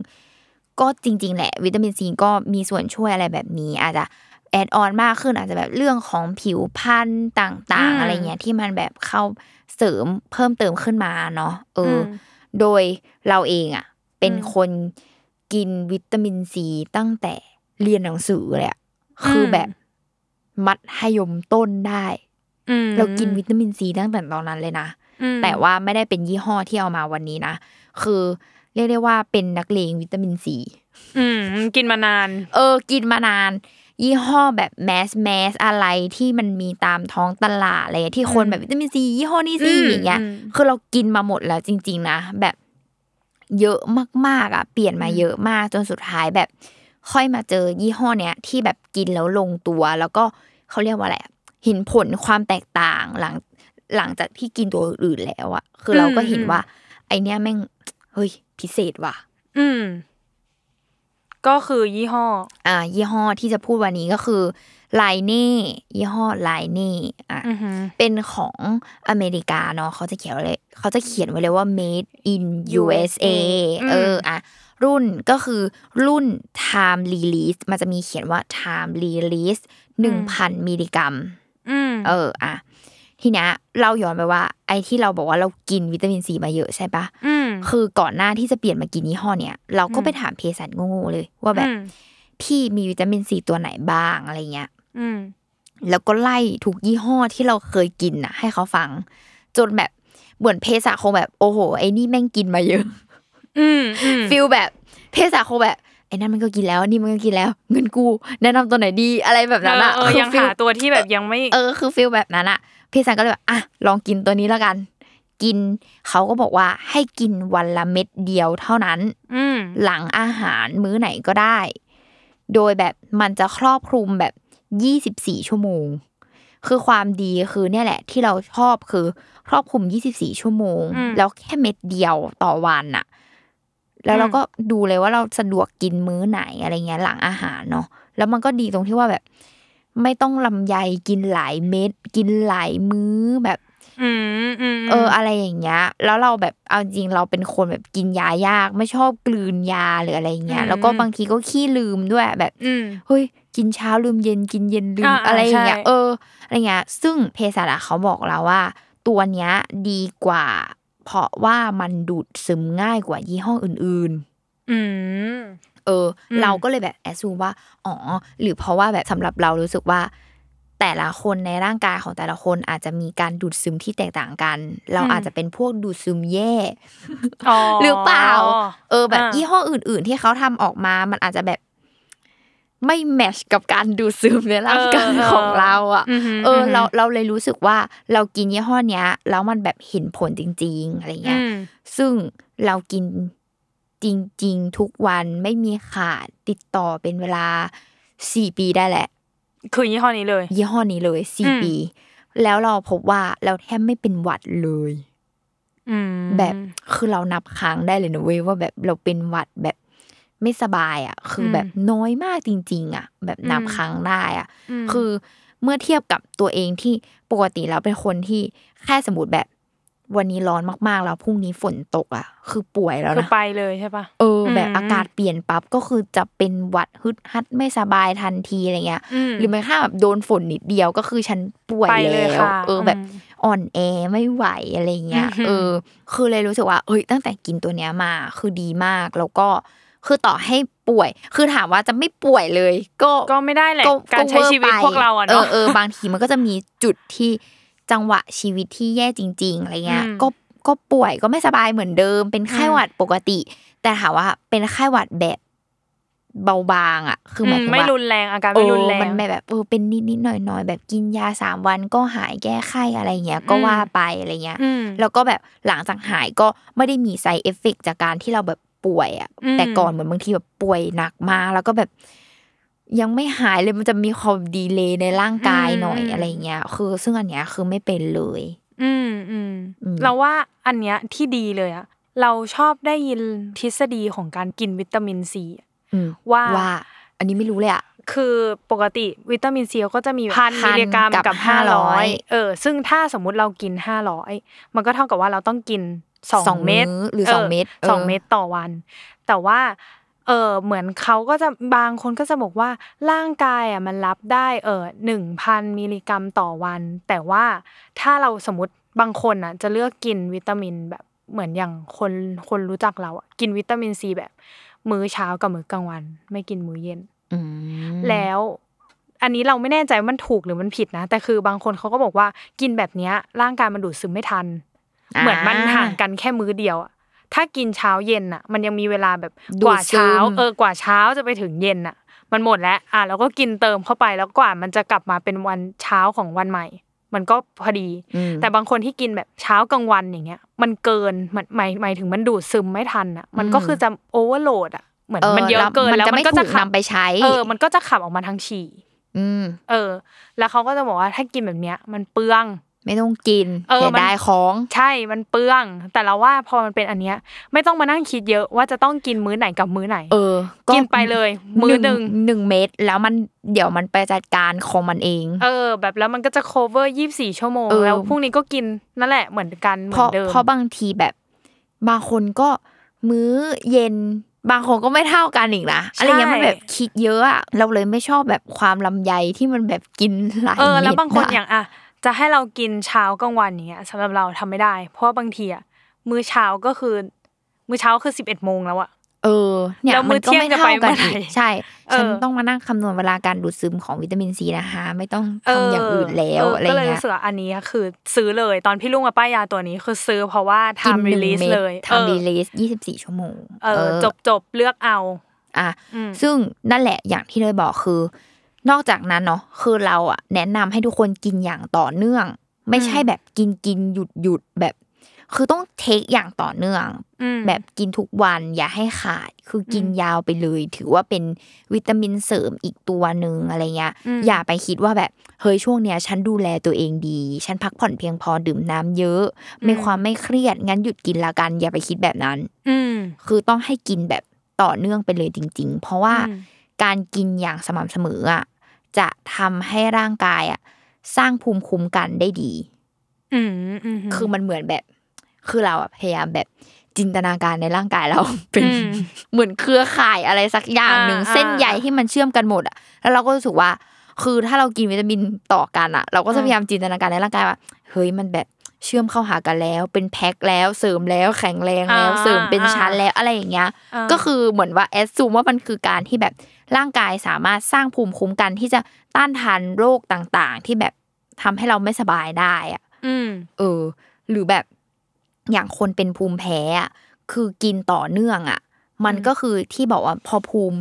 Speaker 2: ก็จริง ๆ แหละ วิตามินซีก็มีส่วนช่วยอะไรแบบนี้ อาจจะแอดออนมากขึ้นอาจจะแบบเรื่องของผิวพรรณต่างๆ อะไรเงี้ยที่มันแบบเข้าเสริมเพิ่มเติมขึ้นมาเนาะเอออ
Speaker 3: ม
Speaker 2: โดยเราเองอ่ะ เป็น
Speaker 3: อืม
Speaker 2: คนกินวิตามินซีตั้งแต่เรียนหนังสือเลยอะคืออ
Speaker 3: ม
Speaker 2: แบบมัธยมต้นได้
Speaker 3: อืม
Speaker 2: เรากินวิตามินซีตั้งแต่ตอนนั้นเลยนะ
Speaker 3: อืม
Speaker 2: แต่ว่าไม่ได้เป็นยี่ห้อที่เอามาวันนี้นะ คือเรียกได้ว่าเป็นนักเลงวิตามินซี
Speaker 3: อืมกินมานาน
Speaker 2: เออ กินมานาน ยี่ห้อแบบแมสแมสอะไรที่มันมีตามท้องตลาดอะไรอย่างเงี้ยที่คน
Speaker 3: อืม
Speaker 2: แบบวิตามินซียี่ห้อนี้สิ
Speaker 3: อืม
Speaker 2: อย่างเงี้ย
Speaker 3: อืม
Speaker 2: คือเรากินมาหมดแล้วจริง ๆ นะ แบบเยอะมากๆอ่ะ เปลี่ยนมา
Speaker 3: อืม
Speaker 2: เยอะมากจนสุดท้ายแบบ ค่อยมาเจอยี่ห้อเนี้ยที่แบบกินแล้วลงตัว แล้วก็เขาเรียกว่าอะไรอะเห็นผลความแตกต่างหลังหลังจากที่กินตัวอื่นแล้วอ่ะ คือเราก็เห็นว่า ไอเนี้ยแม่งเฮ้ยพิเศษว่ะ
Speaker 3: อืม ก็คือยี่ห้อ
Speaker 2: อ่ายี่ห้อที่จะพูดวันนี้ก็คือ ไลเน่ยี่ห้อไลเน่อ่ะ
Speaker 3: อือหือ
Speaker 2: เป็นของอเมริกาเนาะเขาจะเขียนไว้เลยเขาจะเขียนไว้เลยว่า made in USA
Speaker 3: USA
Speaker 2: เอออ่ะรุ่นก็คือรุ่น time release มันจะมีเขียนว่า time release หนึ่งพันมิลลิกรัม
Speaker 3: อืม
Speaker 2: เอออ่ะทีเนี้ยเราย้อนไปว่า ไอ้ที่เราบอกว่าเรากินวิตามินซีมาเยอะใช่ปะ
Speaker 3: อืม
Speaker 2: คือก่อนหน้าที่จะเปลี่ยนมากินยี่ห้อเนี้ยเราก็ไปถามเภสัชโง่ๆเลย ว่าแบบ
Speaker 3: อืม
Speaker 2: พี่มีวิตามินซีตัวไหนบ้างอะไรเงี้ย
Speaker 3: อืม
Speaker 2: แล้วก็ไล่ทุกยี่ห้อที่เราเคยกินน่ะ ให้เขาฟัง จนแบบเหมือนเภสัชคงแบบโอ้โหไอ้นี่แม่งกินมาเยอะ
Speaker 3: อืมอืม
Speaker 2: ฟิลแบบเภสัชคงแบบไอ้นั่นมันก็กินแล้วนี่มันก็กินแล้ว เงินกู แนะนำตัวไหนดีอะไรแบบนั้นอะ
Speaker 3: เออ
Speaker 2: คือ
Speaker 3: ยัง
Speaker 2: ฟิล
Speaker 3: หาตัวที่แบบยังไม่
Speaker 2: เออคือฟิลแบบนั้นอะเภสัชก็เลยแบบอ่ะลองกินตัวนี้แล้วกัน กินเขาก็บอกว่าให้กินวันละเม็ดเดียวเท่านั้น
Speaker 3: อืม
Speaker 2: หลังอาหารมื้อไหนก็ได้ โดยแบบมันจะครอบคลุมแบบ 24 ชั่วโมง คือความดีคือเนี่ยแหละ ที่เราชอบคือครอบคลุม 24 ชั่วโมง
Speaker 3: อืม
Speaker 2: แล้วแค่เม็ดเดียวต่อวันน่ะ แล้วเรา
Speaker 3: อืม
Speaker 2: ก็ดูเลยว่าเราสะดวกกินมื้อไหนอะไรเงี้ยหลังอาหารเนาะ แล้วมันก็ดีตรงที่ว่าแบบ ไม่ต้องลำไยกินหลายเม็ดกินหลายมื้อแบบ
Speaker 3: อืมอืม
Speaker 2: เอออะไรอย่างเงี้ย แล้วเราแบบเอาจริงเราเป็นคนแบบกินยายาก ไม่ชอบกลืนยาหรืออะไรเงี้ย แล้วก็บางทีก็ขี้ลืมด้วยแบบ
Speaker 3: อืม
Speaker 2: เฮ้ยกินเช้าลืมเย็นกินเย็นลืม
Speaker 3: อ่าอ่า
Speaker 2: อะไรอย่างเงี้ย
Speaker 3: ใช่
Speaker 2: เอออะไรเงี้ยซึ่งเภสัชอะเขาบอกเราว่า ตัวเนี้ยดีกว่า เพราะว่ามันดูดซึมง่ายกว่ายี่ห้ออื่น ๆ
Speaker 3: อืม
Speaker 2: เอออ
Speaker 3: ม
Speaker 2: เราก็เลยแบบแอสซูว่าอ๋อหรือเพราะว่าแบบสำหรับเรารู้สึกว่า แต่ละคนในร่างกายของแต่ละคนอาจจะมีการดูดซึมที่แตกต่างกัน เรา
Speaker 3: อืม
Speaker 2: อาจจะเป็นพวกดูดซึมแย่
Speaker 3: อ๋อ
Speaker 2: หรือเปล่า เออแบบ
Speaker 3: อ่ายี่
Speaker 2: ยี่ห้ออื่น ๆ ที่เขาทำออกมา มันอาจจะแบบ ไม่แมชกับการดูดซึมในร่างกายของเราอ่ะ
Speaker 3: อืมหื
Speaker 2: เออ
Speaker 3: ม
Speaker 2: เราเราเลยรู้สึกว่าเรากินยี่ห้อเนี้ยแล้วมันแบบเห็นผลจริง ๆอะไรเงี้ย
Speaker 3: อืม
Speaker 2: ซึ่งเรากินจริง ๆ ทุกวันไม่มีขาดติดต่อเป็นเวลาสี่ปีได้แหละ
Speaker 3: คือยี่ห้อนี้เลย
Speaker 2: ยี่ห้อนี้เลยสี่
Speaker 3: อืม
Speaker 2: ปี แล้วเราพบว่าเราแทบไม่เป็นหวัดเลย
Speaker 3: อืม
Speaker 2: แบบคือเรานับครั้งได้เลยนะเว้ยว่าแบบเราเป็นหวัดแบบไม่สบายอ่ะ คือแบบน้อยมากจริง ๆ อ่ะ แบบนับครั้งได้อ่ะ
Speaker 3: ม
Speaker 2: คือเมื่อเทียบกับตัวเองที่ปกติแล้วเป็นคนที่แค่สมมติแบบวันนี้ร้อนมากๆแล้วพรุ่งนี้ฝนตกอ่ะ คือป่วยแล้ว
Speaker 3: คือ
Speaker 2: นะ
Speaker 3: ไปเลยใช่ปะ
Speaker 2: เออแบบ
Speaker 3: อืม
Speaker 2: อากาศเปลี่ยนปั๊บก็คือจะเป็นหวัดฮึดฮัดไม่สบายทันทีอะไรเงี้ย
Speaker 3: ม
Speaker 2: หรือแม้ค่าแบบโดนฝนนิดเดียวก็คือฉันป่วย
Speaker 3: ไปเลย
Speaker 2: แล้ว
Speaker 3: ค่ะ
Speaker 2: เออแบบ
Speaker 3: อืม
Speaker 2: อ่อนแอไม่ไหวอะไรเงี้ย
Speaker 3: อือหือ
Speaker 2: เออ คือเลยรู้สึกว่าเอ้ยตั้งแต่กินตัวเนี้ยมาคือดีมากแล้วก็คือต่อให้ป่วย คือถามว่าจะไม่ป่วยเลย ก็
Speaker 3: ก็ไม่ได้แหละ การใช้ชีวิต
Speaker 2: เอร์ไป
Speaker 3: พวกเราอะเนาะ
Speaker 2: เออเออบางทีมันก็จะมีจุดที่จังหวะชีวิตที่แย่จริง ๆอะไรเงี้ย
Speaker 3: อืม
Speaker 2: ก็ก็ป่วยก็ไม่สบายเหมือนเดิม เป็นไข้หวัดปกติ แต่ถามว่าเป็นไข้หวัดแบบเบาบางอ่ะ คือหมายถึ
Speaker 3: อื
Speaker 2: ง
Speaker 3: มไม่
Speaker 2: ว่า
Speaker 3: รุนแรงอาการไม่รุนแรง
Speaker 2: เออมันไม่แบบเออเป็นนิดนิดๆหน่อยหน่อยๆแบบกินยาสามวันก็หายแก้ไข้อะไรเงี้ยก็ว่าไปอะไรเงี้ย
Speaker 3: อืม
Speaker 2: แล้วก็แบบหลังจากหายก็ไม่ได้มีไซเอฟเฟกจากการที่เราแบบป่วยอ่ะ
Speaker 3: อืม
Speaker 2: แต่ก่อนเหมือนบางทีแบบป่วยหนักมากแล้วก็แบบยังไม่หายเลยมันจะมีความดีเลย์ในร่างกายหน่อยอะไรอย่างเงี้ย คือซึ่งอันเนี้ยคือไม่เป็นเลย
Speaker 3: อืมอืม
Speaker 2: อืม
Speaker 3: เราว่าอันเนี้ยที่ดีเลยอะเราชอบได้ยินทฤษฎีของการกินวิตามินซีอะ
Speaker 2: อืม
Speaker 3: ว่า
Speaker 2: อันนี้ไม่รู้เลยอ่ะ
Speaker 3: คือปกติวิตามินซีก็จะมีพัน
Speaker 2: พัน
Speaker 3: มิลลิกรัม
Speaker 2: กับ
Speaker 3: กับห้าร้อย
Speaker 2: 500
Speaker 3: เออ ซึ่งถ้าสมมุติเรากินห้าร้อยมันก็เท่ากับว่าเราต้องกินสองเม็ด
Speaker 2: อหรือสองเม็ด
Speaker 3: สองเม็ดต่อวัน แต่ว่าเออเหมือนเขาก็จะบางคนก็จะบอกว่าร่างกายอ่ะมันรับได้เออหนึ่งพันมิลลิกรัมต่อวัน แต่ว่าถ้าเราสมมติบางคนอ่ะจะเลือกกินวิตามินแบบเหมือนอย่างคนคนรู้จักเราอ่ะกินวิตามินซีแบบ มื้อเช้ากับมื้อกลางวัน ไม่กินมื้อเย็น
Speaker 2: อืม
Speaker 3: แล้ว อันนี้เราไม่แน่ใจว่ามันถูกหรือมันผิดนะ แต่คือบางคนเขาก็บอกว่ากินแบบเนี้ยร่างกายมันดูดซึมไม่ทัน เหมือนมันห่าง
Speaker 2: อ่
Speaker 3: กันแค่มื้อเดียวอะถ้ากินเช้าเย็นอะมันยังมีเวลาแบบ
Speaker 2: ดู
Speaker 3: ก
Speaker 2: ด
Speaker 3: ว่าเช้า
Speaker 2: ซึม
Speaker 3: เออกว่าเช้าจะไปถึงเย็นอะมันหมดแล้ว อ่ะเราก็กินเติมเข้าไปแล้วกว่ามันจะกลับมาเป็นวันเช้าของวันใหม่ มันก็พอดี
Speaker 2: อืม
Speaker 3: แต่บางคนที่กินแบบเช้ากลางวันอย่างเงี้ย มันเกินมันหมายหมายถึงมันดูดซึมไม่ทันอะมันก็
Speaker 2: อืม
Speaker 3: คือจะโอเวอร์โหลดอะเหมือนมันเยอะเกินแล้ว
Speaker 2: มั
Speaker 3: มัน น
Speaker 2: จะไม่
Speaker 3: ก็จะ
Speaker 2: ถูก
Speaker 3: ขับ
Speaker 2: นำไปใช้
Speaker 3: เออ มันก็จะขับออกมาทางฉี่
Speaker 2: อืม
Speaker 3: เออ แล้วเขาก็จะบอกว่าถ้ากินแบบเนี้ย มันเปลือง
Speaker 2: ไม่ต้องกิน
Speaker 3: เออ
Speaker 2: อย่า
Speaker 3: มัน
Speaker 2: ได้ของ
Speaker 3: ใช่มันเปลือง แต่เราว่าพอมันเป็นอันเนี้ยไม่ต้องมานั่งคิดเยอะว่าจะต้องกินมื้อไหนกับมื้อไหน
Speaker 2: เออ
Speaker 3: กินไปเลย มื้อหนึ่ง
Speaker 2: หนึ่งเม็ดแล้วมันเดี๋ยวมันไปจัดการของมันเอง
Speaker 3: เออ แบบแล้วมันก็จะ cover ยี่สี่ชั่วโมง
Speaker 2: เออ
Speaker 3: แล้วพรุ่งนี้ก็กินนั่นแหละเหมือนกันเหมื
Speaker 2: เพ
Speaker 3: อ
Speaker 2: ราะ
Speaker 3: นเดิม
Speaker 2: เพราะบางทีแบบ บางคนก็มื้อเย็น บางคนก็ไม่เท่ากันอีกนะอะไรเงี้ยมันแบบคิดเยอะอะเราเลยไม่ชอบแบบความลำไยที่มันแบบกินหลาย
Speaker 3: เออ แล้ว
Speaker 2: เม็ด
Speaker 3: บางคน
Speaker 2: อะ
Speaker 3: อย่างอ่ะจะให้เรากินเช้ากลางวันอย่างเงี้ยสำหรับเราทำไม่ได้ เพราะว่าบางทีอ่ะมื้อเช้าก็คือ มื้อเช้าคือสิบเอ็ดโมงแล้วอ่ะ
Speaker 2: เออเนี่ย
Speaker 3: แล้ว
Speaker 2: มั
Speaker 3: มื้อน
Speaker 2: ก็
Speaker 3: เที่ยง
Speaker 2: ไม่
Speaker 3: จะ
Speaker 2: เท่า
Speaker 3: ไป
Speaker 2: กัน
Speaker 3: เมื่อไหร่
Speaker 2: อีกใช่
Speaker 3: เออ
Speaker 2: ฉันต้องมานั่งคำนวณเวลาการดูดซึมของวิตามินซีนะคะไม่ต้อง
Speaker 3: เ
Speaker 2: ทำอย่างอื่นแล้วอะไร
Speaker 3: ก็เลย
Speaker 2: เงี้ย
Speaker 3: รู้สึกว่าอันนี้คือซื้อเลยตอนพี่ลุงมาป้ายยาตัวนี้คือซื้อเพราะว่า
Speaker 2: กิน
Speaker 3: ทำ
Speaker 2: ห
Speaker 3: รี
Speaker 2: นึ่ง
Speaker 3: ลีส
Speaker 2: เม็ด
Speaker 3: เลยเออ
Speaker 2: ทำรีลีส24 ชั่วโมง
Speaker 3: เออจบจบเลือกเอา
Speaker 2: อ่ะ
Speaker 3: อืม
Speaker 2: ซึ่งนั่นแหละอย่างที่เลยบอกคือ นอกจากนั้นเนาะคือเราอ่ะ แนะนำให้ทุกคนกินอย่างต่อเนื่อง ไม่ใช่แบบกินกินหยุดหยุดแบบ คือต้องเทคอย่างต่อเนื่อง
Speaker 3: อืม
Speaker 2: แบบกินทุกวันอย่าให้ขาดคือกินยาวไปเลย ถือว่าเป็นวิตามินเสริมอีกตัวหนึ่งอะไรเงี้ย
Speaker 3: อืม
Speaker 2: อย่าไปคิดว่าแบบเฮ้ยช่วงเนี้ย ฉันดูแลตัวเองดี ฉันพักผ่อนเพียงพอดื่มน้ำเยอะ ไม่ความไม่เครียดงั้นหยุดกินละกัน อย่าไปคิดแบบนั้น
Speaker 3: อืม
Speaker 2: คือต้องให้กินแบบต่อเนื่องไปเลยจริง ๆ เพราะว่า
Speaker 3: อืม
Speaker 2: การกินอย่างสม่ำเสมออ่ะจะทำให้ร่างกายอ่ะสร้างภูมิคุ้มกันได้ดี
Speaker 3: อืมอืม
Speaker 2: คือมันเหมือนแบบ คือเราอะพยายามแบบจินตนาการในร่างกายเรา เป็น
Speaker 3: อืม
Speaker 2: เหมือนเครือข่ายอะไรสักอย่างหนึ่ง
Speaker 3: อ่า
Speaker 2: เส้นใยที่มันเชื่อมกันหมดอะแล้วเราก็รู้สึกว่า คือถ้าเรากินวิตามินต่อกันอะเราก็จะ
Speaker 3: อืม
Speaker 2: พยายามจินตนาการในร่างกายว่าเฮ้ยมันแบบเชื่อมเข้าหากันแล้ว เป็นแพ็คแล้วเสริมแล้วแข็งแรงแล้วเสริมเป็นชั้นแล้วอะไรอย่างเงี้ย
Speaker 3: อ่า
Speaker 2: ก็คือเหมือนว่าแอดซูมว่ามันคือการที่แบบร่างกายสามารถสร้างภูมิคุ้มกันที่จะต้านทานโรคต่างๆ ที่แบบทำให้เราไม่สบายได้อะ
Speaker 3: อืม
Speaker 2: เออ หรือแบบอย่างคนเป็นภูมิแพ้อะคือกินต่อเนื่องอ่ะ มัน
Speaker 3: อืม
Speaker 2: ก็คือที่บอกว่าพอภูมิ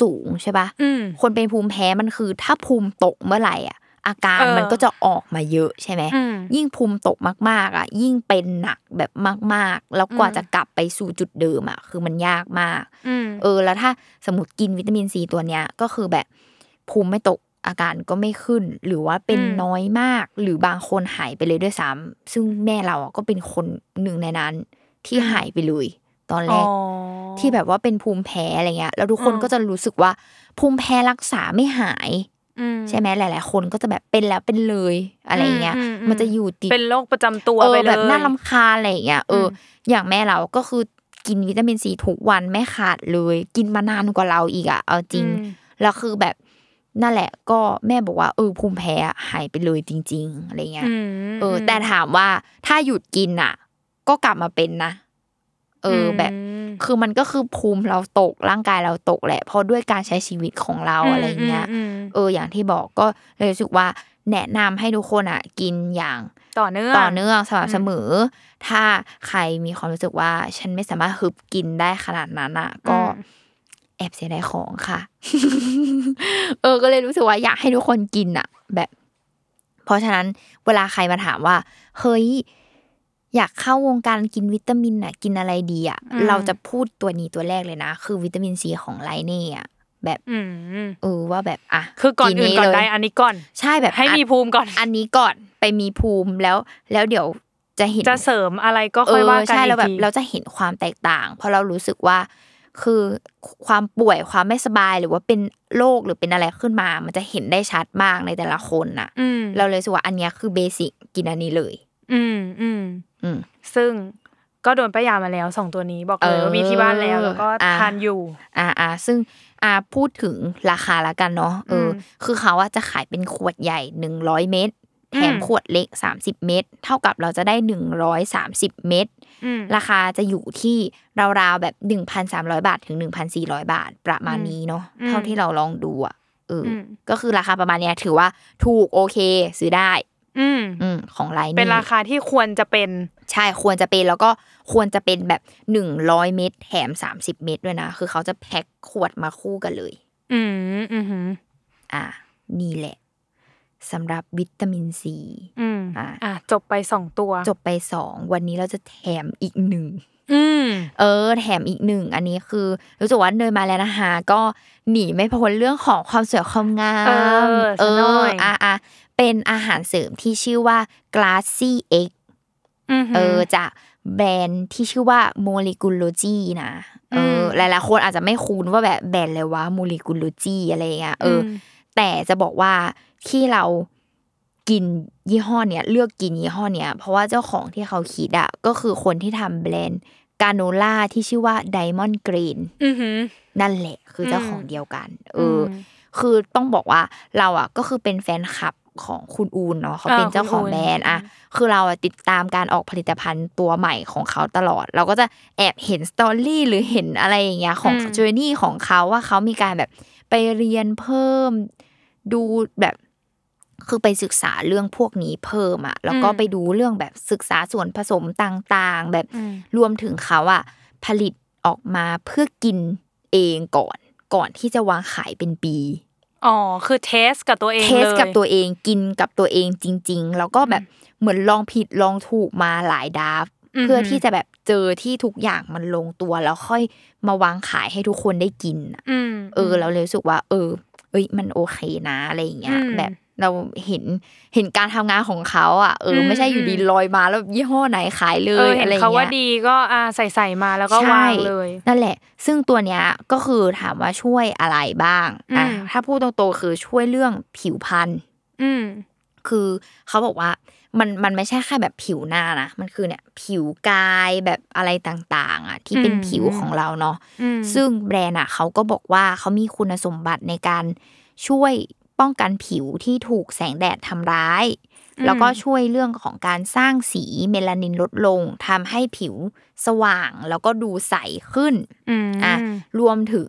Speaker 2: สูงใช่ปะ
Speaker 3: อืม
Speaker 2: คนเป็นภูมิแพ้มันคือถ้าภูมิตกเมื่อไหร่อ่ะ อาการ
Speaker 3: เออ
Speaker 2: มันก็จะออกมาเยอะใช่ไหม
Speaker 3: อืม
Speaker 2: ยิ่งภูมิตกมากๆ อ่ะ ยิ่งเป็นหนักแบบมาก ๆ แล้วกว่า
Speaker 3: อืม
Speaker 2: จะกลับไปสู่จุดเดิมอ่ะ คือมันยากมาก
Speaker 3: อืม
Speaker 2: เออ แล้วถ้าสมมติกินวิตามินซีตัวเนี้ยก็คือแบบภูมิไม่ตกอาการก็ไม่ขึ้น หรือว่าเป็น
Speaker 3: อืม
Speaker 2: น้อยมาก หรือบางคนหายไปเลยด้วยซ้ำซึ่งแม่เราอะก็เป็นคนหนึ่งในนั้นที่หายไปเลย ตอนแร
Speaker 3: อ๋อ
Speaker 2: กที่แบบว่าเป็นภูมิแพ้อะไรเงี้ยแล้วทุกคน
Speaker 3: อืม
Speaker 2: ก็จะรู้สึกว่าภูมิแพ้รักษาไม่หาย
Speaker 3: อืม
Speaker 2: ใช่ไหมหลาย ๆ คนก็จะแบบเป็นแล้วเป็นเลยอะไรเงี้ย
Speaker 3: อืมอืมอืม
Speaker 2: มันจะอยู่ติด
Speaker 3: เป็นโรคประจำตัว
Speaker 2: เออ
Speaker 3: ไปเลย
Speaker 2: แบบน่ารำคาญอะไรอย่างเงี้ยเอออ
Speaker 3: ม
Speaker 2: อย่างแม่เราก็คือกินวิตามินซีทุกวันไม่ขาดเลย กินมานานกว่าเราอีกอะเอาจริง
Speaker 3: อืม
Speaker 2: แล้วคือแบบนั่นแหละก็แม่บอกว่าเออภูมิแพ้หายไปเลยจริง ๆอะไรเงี้ยเอออแต่ถามว่าถ้าหยุดกินอะก็กลับมาเป็นนะ เอออแบบ คือมันก็คือภูมิเราตกร่างกายเราตกแหละ เพราะด้วยการใช้ชีวิตของเรา
Speaker 3: ม
Speaker 2: อะไรเงี้ย
Speaker 3: อืมอืม
Speaker 2: เอออย่างที่บอกก็เลยรู้สึกว่าแนะนำให้ทุกคนอะกินอย่าง
Speaker 3: ต่อเนื่อง
Speaker 2: ต่อเนื่องสม่ำเส
Speaker 3: อืม
Speaker 2: มอ ถ้าใครมีความรู้สึกว่า ฉันไม่สามารถฮึบกินได้ขนาดนั้นอ่ะ ก็
Speaker 3: อืม
Speaker 2: แอบเสียดายของค่ะ เออ ก็เลยรู้สึกว่าอยากให้ทุกคนกินอ่ะ แบบ เพราะฉะนั้นเวลาใครมาถามว่า เฮ้ย อยากเข้าวงการกินวิตามินอ่ะ กินอะไรดีอ่ะ
Speaker 3: อืม
Speaker 2: เราจะพูดตัวนี้ตัวแรกเลยนะ คือวิตามินซีของไลเน่อะแบบ
Speaker 3: อืม
Speaker 2: เออว่าแบบอ่ะ
Speaker 3: คือก่อนอื่นก่อน
Speaker 2: เลย
Speaker 3: ได้อันนี้ก่อน
Speaker 2: ใช่แบบ
Speaker 3: ให้มี
Speaker 2: อ่ะ
Speaker 3: ภูมิก่อน
Speaker 2: อันนี้ก่อนไปมีภูมิแล้วแล้วเดี๋ยวจะเห็น
Speaker 3: จะเสริมอะไรก็ค่อยว่ากัน
Speaker 2: ใช่เราแบบ
Speaker 3: อีกที
Speaker 2: เราจะเห็นความแตกต่าง เพราะเรารู้สึกว่าคือความป่วยความไม่สบายหรือว่าเป็นโรคหรือเป็นอะไรขึ้นมา มันจะเห็นได้ชัดมากในแต่ละคนน่ะ
Speaker 3: อืม
Speaker 2: เราเลยรู้สึกว่าอันเนี้ยคือเบสิกกินอันนี้เลย
Speaker 3: อืมอืม
Speaker 2: อืม
Speaker 3: ซึ่งก็โดนป้ายามาแล้วสองตัวนี้บอกเลยว่ามีที่บ้านแล้วแล้วก็
Speaker 2: อ่ะ
Speaker 3: ทานอยู่
Speaker 2: อ่าอ่าซึ่งอ่าพูดถึงราคาละกันเนาะเอออ
Speaker 3: ม
Speaker 2: คือเขาว่าจะขายเป็นขวดใหญ่หนึ่งร้อยเมตรแถม
Speaker 3: อืม
Speaker 2: ขวดเล็กสามสิบเมตร เท่ากับเราจะได้หนึ่งร้อยสามสิบเมตร
Speaker 3: อืม
Speaker 2: ราคาจะอยู่ที่ราวๆแบบ 1,300 บาทถึง 1,400 บาท ประมาณนี้เนาะ
Speaker 3: อืม
Speaker 2: เท่าที่เราลองดูอ่ะเอออ
Speaker 3: อืม
Speaker 2: ก็คือราคาประมาณเนี้ยถือว่าถูกโอเคซื้อได้
Speaker 3: อืม
Speaker 2: อืมของไลน์
Speaker 3: เป็นราคาที่ควรจะเป็น
Speaker 2: ใช่ควรจะเป็นแล้วก็ควรจะเป็นแบบ 100 เม็ดแถม 30 เม็ดด้วยนะ คือเขาจะแพ็คขวดมาคู่กันเลย
Speaker 3: อืมอืม
Speaker 2: อ่ะนี่แหละสำหรับวิตามินซี
Speaker 3: อืม
Speaker 2: อ่ะ
Speaker 3: อ่ะจบไปสองตัว
Speaker 2: จบไป 2 วันนี้เราจะแถมอีกหนึ่ง
Speaker 3: อืม
Speaker 2: เออแถมอีกหนึ่งอันนี้คือรู้สึกว่าเนยมาแล้วนะคะก็หนีไม่พ้นเรื่องของความสวยความงาม
Speaker 3: เออซะหน่อย
Speaker 2: อ่ะอ่ะ เป็นอาหารเสริมที่ชื่อว่า glassy egg
Speaker 3: ม
Speaker 2: เออจากแบรนด์ที่ชื่อว่าโมเลกุลโลจีนะเออหลายๆคนอาจจะไม่คุ้นว่าแบบแบรนด์อะไรวะโมเลกุลโลจีอะไรเงี้ยเอออ
Speaker 3: ม
Speaker 2: แต่จะบอกว่าที่เรากินยี่ห้อเนี้ยเลือกกินยี่ห้อเนี้ย เพราะว่าเจ้าของที่เขาคิดอะก็คือคนที่ทำแบรนด์กาโนล่าที่ชื่อว่าไดมอนด์กรีน
Speaker 3: อือหือ
Speaker 2: นั่นแหละคือเจ้าของ
Speaker 3: อืม
Speaker 2: เดียวกัน เอออ คือต้องบอกว่าเราอ่ะก็คือเป็นแฟนคลับของคุณอูนเนาะเขาเป็น
Speaker 3: อ่า
Speaker 2: เจ้าของ
Speaker 3: คุณอูน
Speaker 2: แบรนด์อ่ะคือเราอะติดตามการออกผลิตภัณฑ์ตัวใหม่ของเขาตลอด เราก็จะแอบเห็นสตอรี่หรือเห็นอะไรอย่างเงี้ยของจูเนีของเขาว่าเขามีการแบบไปเรียนเพิ่มดูแบบ คือไปศึกษาเรื่องพวกนี้เพิ่มอ่ะแล้วก็ไปดูเรื่องแบบศึกษาส่วนผสมต่างๆ แบบ
Speaker 3: อืม
Speaker 2: รวมถึงเขาอ่ะผลิตออกมาเพื่อกินเองก่อน ก่อนที่จะวางขายเป็นปี
Speaker 3: อ๋อ คือเทสกับตัวเอง
Speaker 2: เท
Speaker 3: เลย
Speaker 2: สกับตัวเองกินกับตัวเองจริง ๆ แล้วก็แบบเหมือนลองผิดลองถูกมาหลายดราฟต์
Speaker 3: ม
Speaker 2: เพื่อที่จะแบบเจอที่ทุกอย่างมันลงตัวแล้วค่อยมาวางขายให้ทุกคนได้กินน่ะ
Speaker 3: อืม
Speaker 2: เออเราเลยรู้สึกว่า เออ เอ้ยมันโอเคนะอะไรอย่างเงี้ย
Speaker 3: อืม
Speaker 2: แบบเราเห็นเห็นการทำงานของเขาอ่ะเอออ
Speaker 3: ม
Speaker 2: ไม่ใช่อยู่
Speaker 3: อืม
Speaker 2: ดีลอยมาแล้วยี่ห้อไหนขายเล
Speaker 3: เอย อเห็
Speaker 2: อะ
Speaker 3: น
Speaker 2: ไรอย่าง
Speaker 3: เขาว่า
Speaker 2: เงี้ย
Speaker 3: ดีก็อ่าใส่ใส่มาแล้วก็
Speaker 2: ใช่
Speaker 3: วางเลย
Speaker 2: นั่นแหละ ซึ่งตัวเนี้ยก็คือถามว่าช่วยอะไรบ้างอ่ะ
Speaker 3: อืม
Speaker 2: ถ้าพูดตรงๆคือช่วยเรื่องผิวพรรณ
Speaker 3: อืม
Speaker 2: คือเขาบอกว่ามันมันไม่ใช่แค่แบบผิวหน้านะ มันคือเนี่ยผิวกายแบบอะไรต่างๆอ่ะที่เป็น
Speaker 3: อืม
Speaker 2: ผิวของเราเนาะ
Speaker 3: อืม
Speaker 2: ซึ่งแบรนด์อ่ะเขาก็บอกว่าเขามีคุณสมบัติในการช่วยป้องกันผิวที่ถูกแสงแดดทำร้าย แล้วก็ช่วยเรื่องของการสร้างสีเมลานินลดลงทำให้ผิวสว่าง แล้วก็ดูใสขึ้น
Speaker 3: อืม
Speaker 2: อ่ะ รวมถึง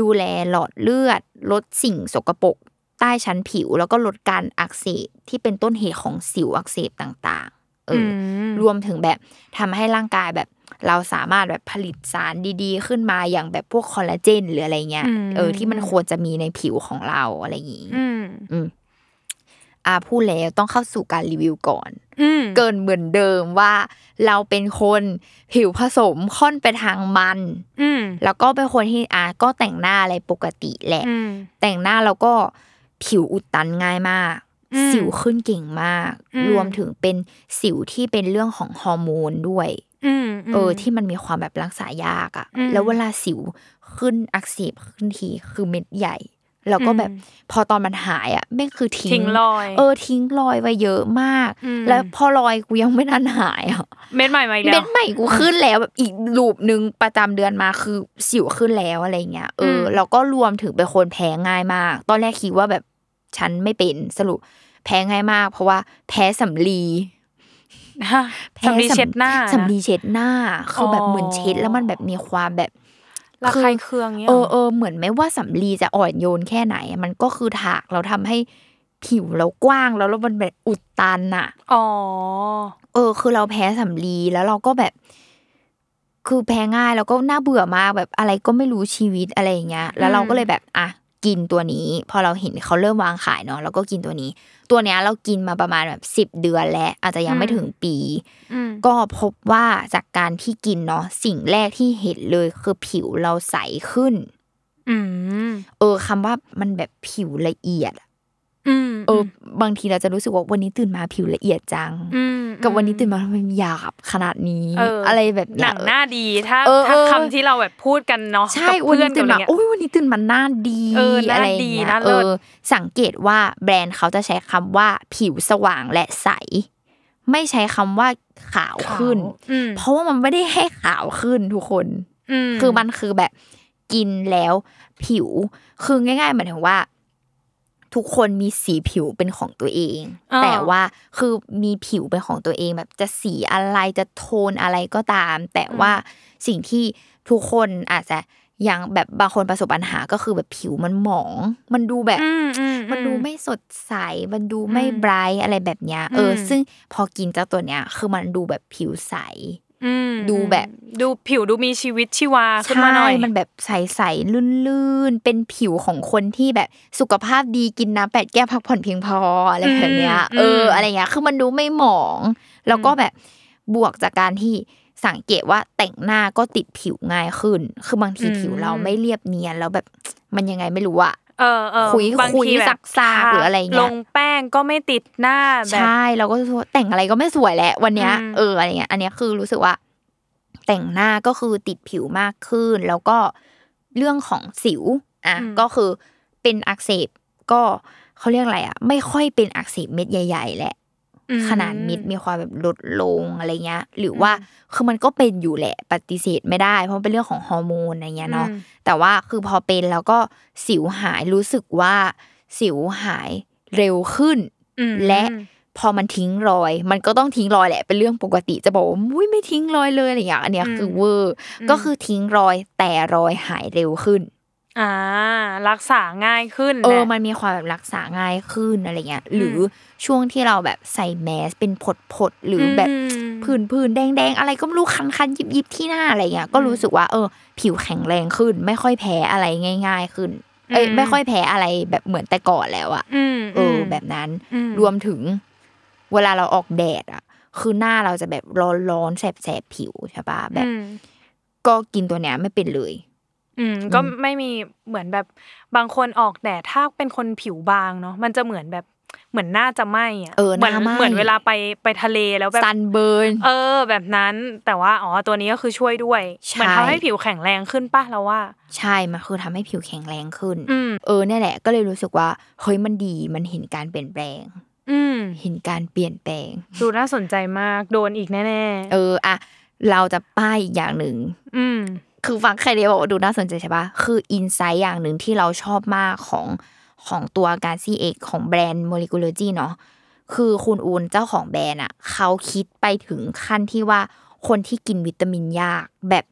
Speaker 2: ดูแลหลอดเลือด ลดสิ่งสกปรกใต้ชั้นผิว แล้วก็ลดการอักเสบที่เป็นต้นเหตุของสิวอักเสบต่างๆเอออ
Speaker 3: ม
Speaker 2: รวมถึงแบบทำให้ร่างกายแบบ เราสามารถแบบผลิตสารดีๆ ขึ้นมาอย่างแบบพวกคอลลาเจนหรืออะไรเงี้ย
Speaker 3: อืม
Speaker 2: เออที่มันควรจะมีในผิวของเราอะไรอย่างงี้
Speaker 3: อืม
Speaker 2: อืมอ่าพูดแล้วต้องเข้าสู่การรีวิวก่อน
Speaker 3: อืม
Speaker 2: เกินเหมือนเดิมว่า เราเป็นคนผิวผสมค่อนไปทางมัน
Speaker 3: อืม
Speaker 2: แล้วก็เป็นคนที่อาก็แต่งหน้าอะไรปกติแหละ
Speaker 3: อืม
Speaker 2: แต่งหน้าแล้วก็ผิวอุดตันง่ายมาก
Speaker 3: อืม
Speaker 2: สิวขึ้นเก่งมาก
Speaker 3: อืม
Speaker 2: รวมถึงเป็นสิวที่เป็นเรื่องของฮอร์โมนด้วย
Speaker 3: อืม
Speaker 2: เออที่มันมีความแบบรักษายากอะ
Speaker 3: อืม
Speaker 2: แล้วเวลาสิวขึ้นอักเสบขึ้นทีคือเม็ดใหญ่ แล้วก็แบบ
Speaker 3: อืม
Speaker 2: พอตอนมันหายอะแม่งคือทิ้
Speaker 3: ทิ้งรอย
Speaker 2: เออทิ้งรอยไว้เยอะมาก
Speaker 3: อืม
Speaker 2: แล้วพอรอยกูยังไม่ทันหายอะ
Speaker 3: เม็ดใหม่มาอีก
Speaker 2: เม็
Speaker 3: แล้
Speaker 2: ด
Speaker 3: ว
Speaker 2: ใหม่กูขึ้นแล้วแบบอีกรูปหนึ่งประจำเดือนมาคือสิวขึ้นแล้วอะไรเงี้ยเอออ
Speaker 3: ม
Speaker 2: แล้วก็รวมถึงเป็นคนแพ้ง่ายมาก ตอนแรกคิดว่าแบบฉันไม่เป็นสรุปแพ้ง่ายมาก เพราะว่าแพ้สำลี
Speaker 3: ฮะ
Speaker 2: แพ้
Speaker 3: สำลีเช็ดหน้านะ
Speaker 2: สำลีเช็ดหน้าคืออ
Speaker 3: อ
Speaker 2: แบบเหมือนเช็ดแล้วมันแบบมีความแบบ
Speaker 3: ระ
Speaker 2: คือ
Speaker 3: คายเคืองเนี้ย
Speaker 2: เออเออเหมือนไม่ว่าสำลีจะอ่อนโยนแค่ไหน มันก็คือถากเราทำให้ผิวเรากว้างแล้วแล้วมันแบบอุดตันอะ
Speaker 3: อ๋อ
Speaker 2: เออคือเราแพ้สำลีแล้วเราก็แบบ คือแพ้ง่ายแล้วก็น่าเบื่อมากแบบอะไรก็ไม่รู้ชีวิตอะไรอย่างเงี้ย แล้วเราก็เลยแบบอ่ะกินตัวนี้ พอเราเห็นเขาเริ่มวางขายเนาะเราก็กินตัวนี้ ตัวเนี้ยเรากินมาประมาณแบบสิบ10 เดือนแล้วอาจจะยังไม่
Speaker 3: อืม
Speaker 2: ถึงปี
Speaker 3: อืม
Speaker 2: ก็พบว่าจากการที่กินเนาะสิ่งแรกที่เห็นเลยคือผิวเราใสขึ้น
Speaker 3: อืม
Speaker 2: เออคำว่ามันแบบผิวละเอียดอะ
Speaker 3: อืม
Speaker 2: เออ บางทีเราจะรู้สึกว่าวันนี้ตื่นมาผิวละเอียดจัง
Speaker 3: ม
Speaker 2: กับวันนี้ตื่นมาทำไมหยาบขนาดนี้
Speaker 3: เอออ
Speaker 2: อะไรแบบเย
Speaker 3: หนังหน้าดีถ้า
Speaker 2: เออ
Speaker 3: ถ้า
Speaker 2: เออ
Speaker 3: คำที่เราแบบพูดกันเนาะ
Speaker 2: ใช่
Speaker 3: กับ
Speaker 2: วัน
Speaker 3: เพื่
Speaker 2: นี้
Speaker 3: อนกั
Speaker 2: ตื่
Speaker 3: บ
Speaker 2: น
Speaker 3: อะ
Speaker 2: มา
Speaker 3: ไรเงี้ย
Speaker 2: โอ้ยวันนี้ตื่นมาหน้าดี
Speaker 3: เออหน้า
Speaker 2: อะไรอย่างเงี้
Speaker 3: ดีห
Speaker 2: ย
Speaker 3: น้าเลิ
Speaker 2: เอ
Speaker 3: ศ
Speaker 2: อสังเกตว่าแบรนด์เขาจะใช้คำว่าผิวสว่างและใส ไม่ใช้คำว่าขาวขึ้น
Speaker 3: อืม
Speaker 2: เพราะว่ามันไม่ได้ให้ขาวขึ้นทุกคน
Speaker 3: ม
Speaker 2: คือมันคือแบบกินแล้วผิว คือง่ายๆเหมือนถึงว่า ทุกคนมีสีผิวเป็นของตัวเอง
Speaker 3: า
Speaker 2: แต่ว่าคือมีผิวเป็นของตัวเองแบบจะสีอะไรจะโทนอะไรก็ตาม แต่ว่าสิ่งที่ทุกคนอาจจะยังแบบบางคนประสบปัญหาก็คือแบบผิวมันหมอง มันดูแบบ
Speaker 3: อืมอืม
Speaker 2: มันดูไม่สดใส มันดูไม่
Speaker 3: อืม
Speaker 2: ไบรท์อะไรแบบเนี้ยเอออ
Speaker 3: ม
Speaker 2: ซึ่งพอกินเจ้าตัวเนี้ย คือมันดูแบบผิวใส
Speaker 3: อืม
Speaker 2: ดูแบบ
Speaker 3: ดูผิวดูมีชีวิตชีวาขึ้น
Speaker 2: ใช่
Speaker 3: มาหน่อย
Speaker 2: มันแบบใสๆลื่นๆ เป็นผิวของคนที่แบบสุขภาพดีกินน้ำแปดแก้วพักผ่อนเพียงพออะไรแบบเนี้ย
Speaker 3: อืม
Speaker 2: เอออ
Speaker 3: ม
Speaker 2: อะไรเงี้ย คือมันดูไม่หมอง แล้วก็แบบบวกจากการที่สังเกตว่าแต่งหน้าก็ติดผิวง่ายขึ้น คือบางทีผิวเราไม่เรียบเนียนแล้วแบบมันยังไงไม่รู้อะ
Speaker 3: เออเออ
Speaker 2: คุย
Speaker 3: บาง
Speaker 2: คุย
Speaker 3: ทีแบบ
Speaker 2: สักซากหรืออะไร
Speaker 3: ล
Speaker 2: เงี้ย
Speaker 3: งแป้งก็ไม่ติดหน้าแบบ
Speaker 2: ใช่เราก็รู้สึกว่าแต่งอะไรก็ไม่สวยแหละวันเนี้ย
Speaker 3: อืม
Speaker 2: เอออะไรเงี้ยอันเนี้ยคือรู้สึกว่า แต่งหน้าก็คือติดผิวมากขึ้น แล้วก็เรื่องของสิวอ่ะ
Speaker 3: อืม
Speaker 2: ก็คือเป็นอักเสบก็เขาเรียกอะไรอ่ะ ไม่ค่อยเป็นอักเสบเม็ดใหญ่ๆแหละ
Speaker 3: อืม
Speaker 2: ขนาดมิดมีความแบบลดลงอะไรเงี้ย หรือว่าคือมันก็เป็นอยู่แหละปฏิเสธไม่ได้ เพราะมันเป็นเรื่องของฮอร์โมนอะไรเงี้ยเนาะ
Speaker 3: อืม
Speaker 2: แต่ว่าคือพอเป็นแล้วก็สิวหายรู้สึกว่าสิวหายเร็วขึ้น
Speaker 3: อืม
Speaker 2: และพอมันทิ้งรอย มันก็ต้องทิ้งรอยแหละเป็นเรื่องปกติจะบอกว่ามุ้ยไม่ทิ้งรอยเลยอะไรอย่างเงี้ยอันเนี้ย
Speaker 3: อืม
Speaker 2: คือเวอร์ก็คือทิ้งรอยแต่รอยหายเร็วขึ้น
Speaker 3: อ่า รักษาง่ายขึ้น
Speaker 2: เออ
Speaker 3: แหละ
Speaker 2: มันมีความแบบรักษาง่ายขึ้นอะไรเงี้ย หรือช่วงที่เราแบบใส่แมสเป็นผดผดๆหรืออ
Speaker 3: ม
Speaker 2: แบบผื่นผื่นๆแดงแดงๆ อะไรก็ไม่รู้คันคันๆยิบยิบๆที่หน้าอะไรเงี้ย ก็รู้สึกว่าเออ ผิวแข็งแรงขึ้น ไม่ค่อยแพ้อะไรง่าย ๆ ขึ้น เอ้ย
Speaker 3: อืม
Speaker 2: ไม่ค่อยแพ้อะไรแบบเหมือนแต่ก่อนแล้วอะ
Speaker 3: อืม
Speaker 2: เอออ
Speaker 3: ม
Speaker 2: แบบนั้น
Speaker 3: อืม
Speaker 2: รวมถึง เวลาเราออกแดดอะคือหน้าเราจะแบบร้อนร้อนๆแสบแสบๆผิวใช่ปะแบบ
Speaker 3: อืม
Speaker 2: ก็กินตัวเนี้ยไม่เป็นเลย
Speaker 3: อืมก็ไม่มีเหมือนแบบบางคนออกแดดถ้าเป็นคนผิวบางเนาะมันจะเหมือนแบบเหมือนหน้าจะไหมอ่ะ
Speaker 2: เออห
Speaker 3: มื
Speaker 2: น้าน ไหม้
Speaker 3: เหมือนเวลาไปไปทะเลแล้วแบบ
Speaker 2: ซันเบิร์น
Speaker 3: เออ แบบนั้นแต่ว่าอ๋อตัวนี้ก็คือช่วยด้วย
Speaker 2: ใช่
Speaker 3: เหมือนทำให้ผิวแข็งแรงขึ้นป่ะเราว่า
Speaker 2: ใช่มันคือทำให้ผิวแข็งแรงขึ้น
Speaker 3: อืม
Speaker 2: เออเนี่ยแหละก็เลยรู้สึกว่าเฮ้ยมันดีมันเห็นการเปลี่ยนแปลง
Speaker 3: อืม
Speaker 2: เห็นการเปลี่ยนแปลง
Speaker 3: ดูน่าสนใจมากโดนอีกแน่
Speaker 2: เอออะเราจะป้ายอีกอย่างหนึ่ง
Speaker 3: ๆอืม
Speaker 2: คือฟังใครเดียบอกว่าดูน่าสนใจใช่ปะคืออินไซต์อย่างหนึ่งที่เราชอบมากของของตัวการซีเอกของแบรนด์โมเลกุลจีเนาะคือคุณอูนเจ้าของแบรนด์อ่ะเขาคิดไปถึงขั้นที่ว่าคนที่กินวิตามินยากแบบ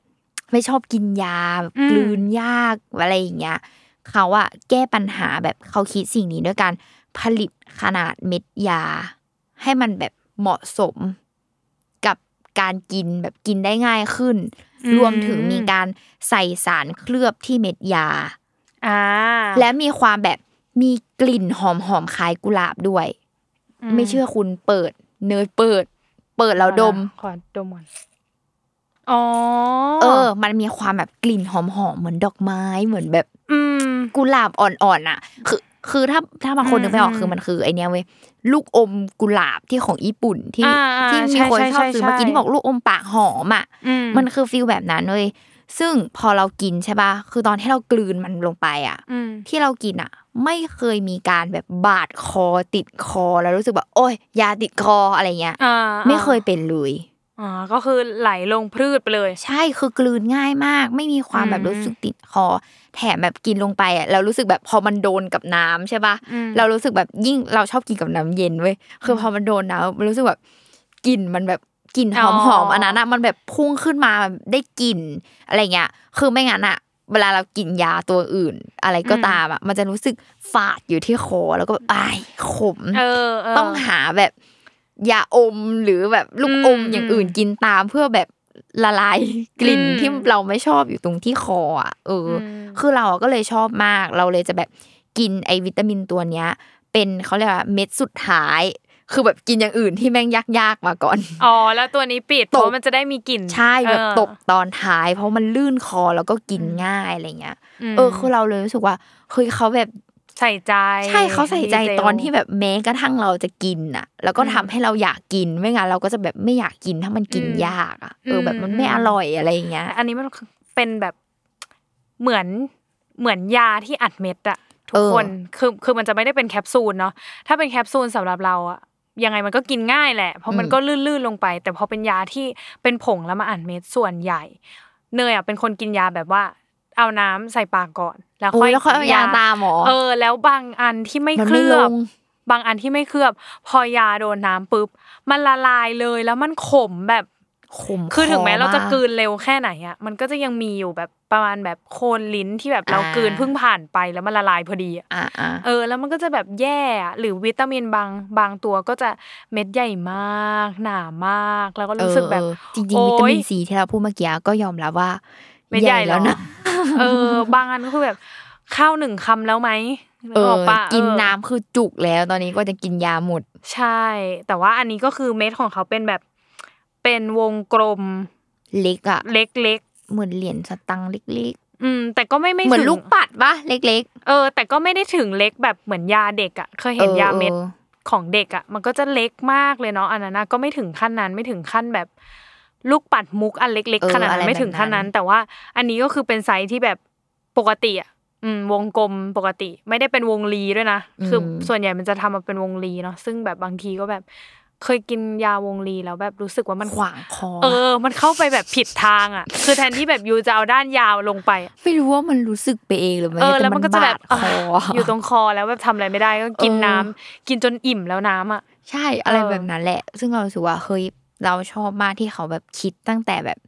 Speaker 2: ไม่ชอบกินยาแบบ
Speaker 3: อืม
Speaker 2: กลืนยากอะไรอย่างเงี้ยเขาอะแก้ปัญหาแบบเขาคิดสิ่งนี้ด้วยการผลิตขนาดเม็ดยา ให้มันแบบเหมาะสมกับการกินแบบกินได้ง่ายขึ้น
Speaker 3: อืม
Speaker 2: รวมถึงมีการใส่สารเคลือบที่เม็ดยา
Speaker 3: อ่า
Speaker 2: และมีความแบบมีกลิ่นหอมหอมๆคล้ายกุหลาบด้วย ไม่เชื่อคุณเปิด เนยเปิด เปิดแล้วดม
Speaker 3: ขอดมก่อนอ๋อ
Speaker 2: เออ มันมีความแบบกลิ่นหอมหอมๆเหมือนดอกไม้เหมือนแบบ
Speaker 3: อืม
Speaker 2: กุหลาบอ่อนๆอ่ะ คือ คือถ้าถ้าบางคน
Speaker 3: อืม
Speaker 2: นึกไม่ออก
Speaker 3: อืม
Speaker 2: คือมันคือไอเนี้ยเว้ยลูกอมกุหลาบที่ของญี่ปุ่นที่
Speaker 3: อ่าอ่า
Speaker 2: ที่
Speaker 3: ใช่
Speaker 2: มีคน
Speaker 3: ใช่
Speaker 2: ชอบ
Speaker 3: ใช่
Speaker 2: ซื้อมากิน
Speaker 3: ใช่
Speaker 2: ที่บอกลูกอมปากหอมอ่ะ
Speaker 3: อืม
Speaker 2: มันคือฟิลแบบนั้นเลยซึ่งพอเรากินใช่ป่ะ คือตอนที่เรากลืนมันลงไปอ่ะ
Speaker 3: อืม
Speaker 2: ที่เรากินอ่ะ ไม่เคยมีการแบบบาดคอติดคอแล้วรู้สึกแบบโอ้ยยาติดคออะไรเงี้ย
Speaker 3: อ่า
Speaker 2: ไม่เคยเป็นเลย
Speaker 3: อ่าก็คือไหลลงพืชไปเลย
Speaker 2: ใช่คือกลืนง่ายมาก ไม่มีความแบบ
Speaker 3: อืม
Speaker 2: รู้สึกติดคอ แถมแบบกินลงไปอ่ะเรารู้สึกแบบพอมันโดนกับน้ำใช่ป่ะ
Speaker 3: อืม
Speaker 2: เรารู้สึกแบบยิ่งเราชอบกินกับน้ำเย็นเว้ยคือพอมันโดนน้ำมันรู้สึกแบบกลิ่นมันแบบกลิ่นหอม
Speaker 3: อ๋
Speaker 2: ห
Speaker 3: อ
Speaker 2: อมอันนั้นอะมันแบบพุ่งขึ้นมาแบบได้กลิ่นอะไรเงี้ย คือไม่งั้นอะเวลาเรากินยาตัวอื่น อะไรก็ตามอะมันจะรู้สึกฝาดอยู่ที่คอแล้วก็แบบอ้ายขม
Speaker 3: เออเ
Speaker 2: ต้องหาแบบยาอมหรือแบบลูกอม
Speaker 3: อืม
Speaker 2: อย่างอื่นกินตามเพื่อแบบละลายกลิ่น
Speaker 3: อืม
Speaker 2: ที่เราไม่ชอบอยู่ตรงที่คออ่ะเอออ
Speaker 3: ม
Speaker 2: คือเราก็เลยชอบมาก เราเลยจะแบบกินไอวิตามินตัวเนี้ย เป็นเขาเรียกว่าเม็ดสุดท้าย คือแบบกินอย่างอื่นที่แม่งยากๆมาก่อน
Speaker 3: อ๋อแล้วตัวนี้ปิด
Speaker 2: ตบ
Speaker 3: เพราะมันจะได้มีกลิ่น
Speaker 2: ใช่แบบ
Speaker 3: เออ
Speaker 2: ตบตอนท้าย เพราะมันลื่นคอแล้วก็กินง่ายอะไรเงี้ย
Speaker 3: ม
Speaker 2: เออคือเราเลยรู้สึกว่าเฮ้ยเขาแบบ
Speaker 3: ใส่ใจ
Speaker 2: ใช่เขาใส่ใจ
Speaker 3: ดีเ
Speaker 2: ตอนที่แบบแม้กระทั่งเราจะกินอ่ะ แล้วก็ทำให้เราอยากกินไม่งั้นเราก็จะแบบไม่อยากกินถ้ามันกิน
Speaker 3: อืม
Speaker 2: ยากอ่ะเอออ
Speaker 3: ม
Speaker 2: แบบมันไม่
Speaker 3: อืม
Speaker 2: อร่อยอะไรอย่างเงี้ย
Speaker 3: อันนี้มันเป็นแบบเหมือนเหมือนยาที่อัดเม็ดอะทุก
Speaker 2: เออ
Speaker 3: คนคือคือมันจะไม่ได้เป็นแคปซูลเนาะถ้าเป็นแคปซูลสำหรับเราอะยังไงมันก็กินง่ายแหละ เพราะมันก็ลื่นๆลงไป แต่พอเป็นยาที่เป็นผงแล้วมาอัดเม็ดส่วนใหญ่ เนยอะเป็นคนกินยาแบบว่า เอาน้ำใส่ปากก่อน แล้ว
Speaker 2: โอ้
Speaker 3: ค่อย ย
Speaker 2: แล้วค่อยเอายาตามหมอ
Speaker 3: เออ แล้วบางอันที่ไม่
Speaker 2: มัน
Speaker 3: เค
Speaker 2: ไม่
Speaker 3: ลื
Speaker 2: ล
Speaker 3: อบ
Speaker 2: ง
Speaker 3: บางอันที่ไม่เคลือบ พอยาโดนน้ำปุ๊บ มันละลายเลยแล้วมันขมแบบ
Speaker 2: ขม
Speaker 3: คือถึงแม้เราจะกลื
Speaker 2: น
Speaker 3: นเร็วแค่ไหนอะมันก็จะยังมีอยู่แบบประมาณแบบโคนลิ้นที่แบบเรา
Speaker 2: อ่า
Speaker 3: กลืนเพิ่งผ่านไปแล้วมันละลายพอดีอะ
Speaker 2: อ่ะอ่ะ
Speaker 3: เออ แล้วมันก็จะแบบแย่อะหรือวิตามินบางบางตัวก็จะเม็ดใหญ่มาก หนามาก แล้วก็รู้สึกแบบ
Speaker 2: เออเออจริงๆวิตามิน
Speaker 3: โอ๊ย
Speaker 2: ซีที่เราพูดเมื่อกี้ก็ยอมรับว่า
Speaker 3: เม็ดใหญ่
Speaker 2: แล้
Speaker 3: แล้วว
Speaker 2: นะ
Speaker 3: เออ บางอันก็คือแบบข้าวหนึ่งคำแล้วไหมนึก
Speaker 2: เออ
Speaker 3: กปะ
Speaker 2: กิน
Speaker 3: เออ
Speaker 2: น้ำคือจุกแล้วตอนนี้ก็จะกินยาหมด
Speaker 3: ใช่ แต่ว่าอันนี้ก็คือเม็ดของเขาเป็นแบบเป็นวงกลม
Speaker 2: เล็กอ่ะ
Speaker 3: เล็ก
Speaker 2: เหมือนเหรียญสตังค์เล็ก
Speaker 3: อืม แต่ก็ไม่ไม่
Speaker 2: เหมือน
Speaker 3: ถึง
Speaker 2: ลูกปัดปะเล็ก
Speaker 3: เออ แต่ก็ไม่ได้ถึงเล็กแบบเหมือนยาเด็กอ่ะเคย
Speaker 2: ๆ
Speaker 3: เห็
Speaker 2: ออย
Speaker 3: นาเม็ด
Speaker 2: ออ
Speaker 3: ของเด็กอ่ะมันก็จะเล็กมากเลยเนาะอันนั้นนะก็ไม่ถึงขั้นนั้นไม่ถึงขั้นแบบ ลูกปัดมุกอันเล็ก
Speaker 2: เออ
Speaker 3: ๆ ขนาด
Speaker 2: อะ
Speaker 3: นั้
Speaker 2: ไร
Speaker 3: นไม่ถึงขั้นนั้น แต่ว่าอันนี้ก็คือเป็นไซส์ที่แบบปกติอ่ะอืมวงกลมปกติ ไม่ได้เป็นวงรีด้วยนะ
Speaker 2: อืม
Speaker 3: คือส่วนใหญ่มันจะทำมาเป็นวงรีเนาะซึ่งแบบบางทีก็แบบ เคยกินยาวงรีแล้วแบบรู้สึกว่ามัน
Speaker 2: ขวางคอ
Speaker 3: เออ มันเข้าไปแบบผิดทางอ่ะ คือแทนที่แบบยูจะเอาด้านยาวลงไปอะ
Speaker 2: ไม่รู้ว่ามันรู้สึกไปเองหรือไม่
Speaker 3: เออแล้วมันก็จะแบบ
Speaker 2: ต่มันบาดคออ
Speaker 3: ยู่ตรงคอแล้วแบบทำอะไรไม่ได้ก็กิน
Speaker 2: เออ
Speaker 3: น้ำกินจนอิ่มแล้วน้ำอ่ะ
Speaker 2: ใช่อะไร
Speaker 3: เออ
Speaker 2: แบบนั้นแหละ ซึ่งเรารู้สึกว่าเฮ้ยเราชอบมากที่เขาแบบคิดตั้งแต่แบบ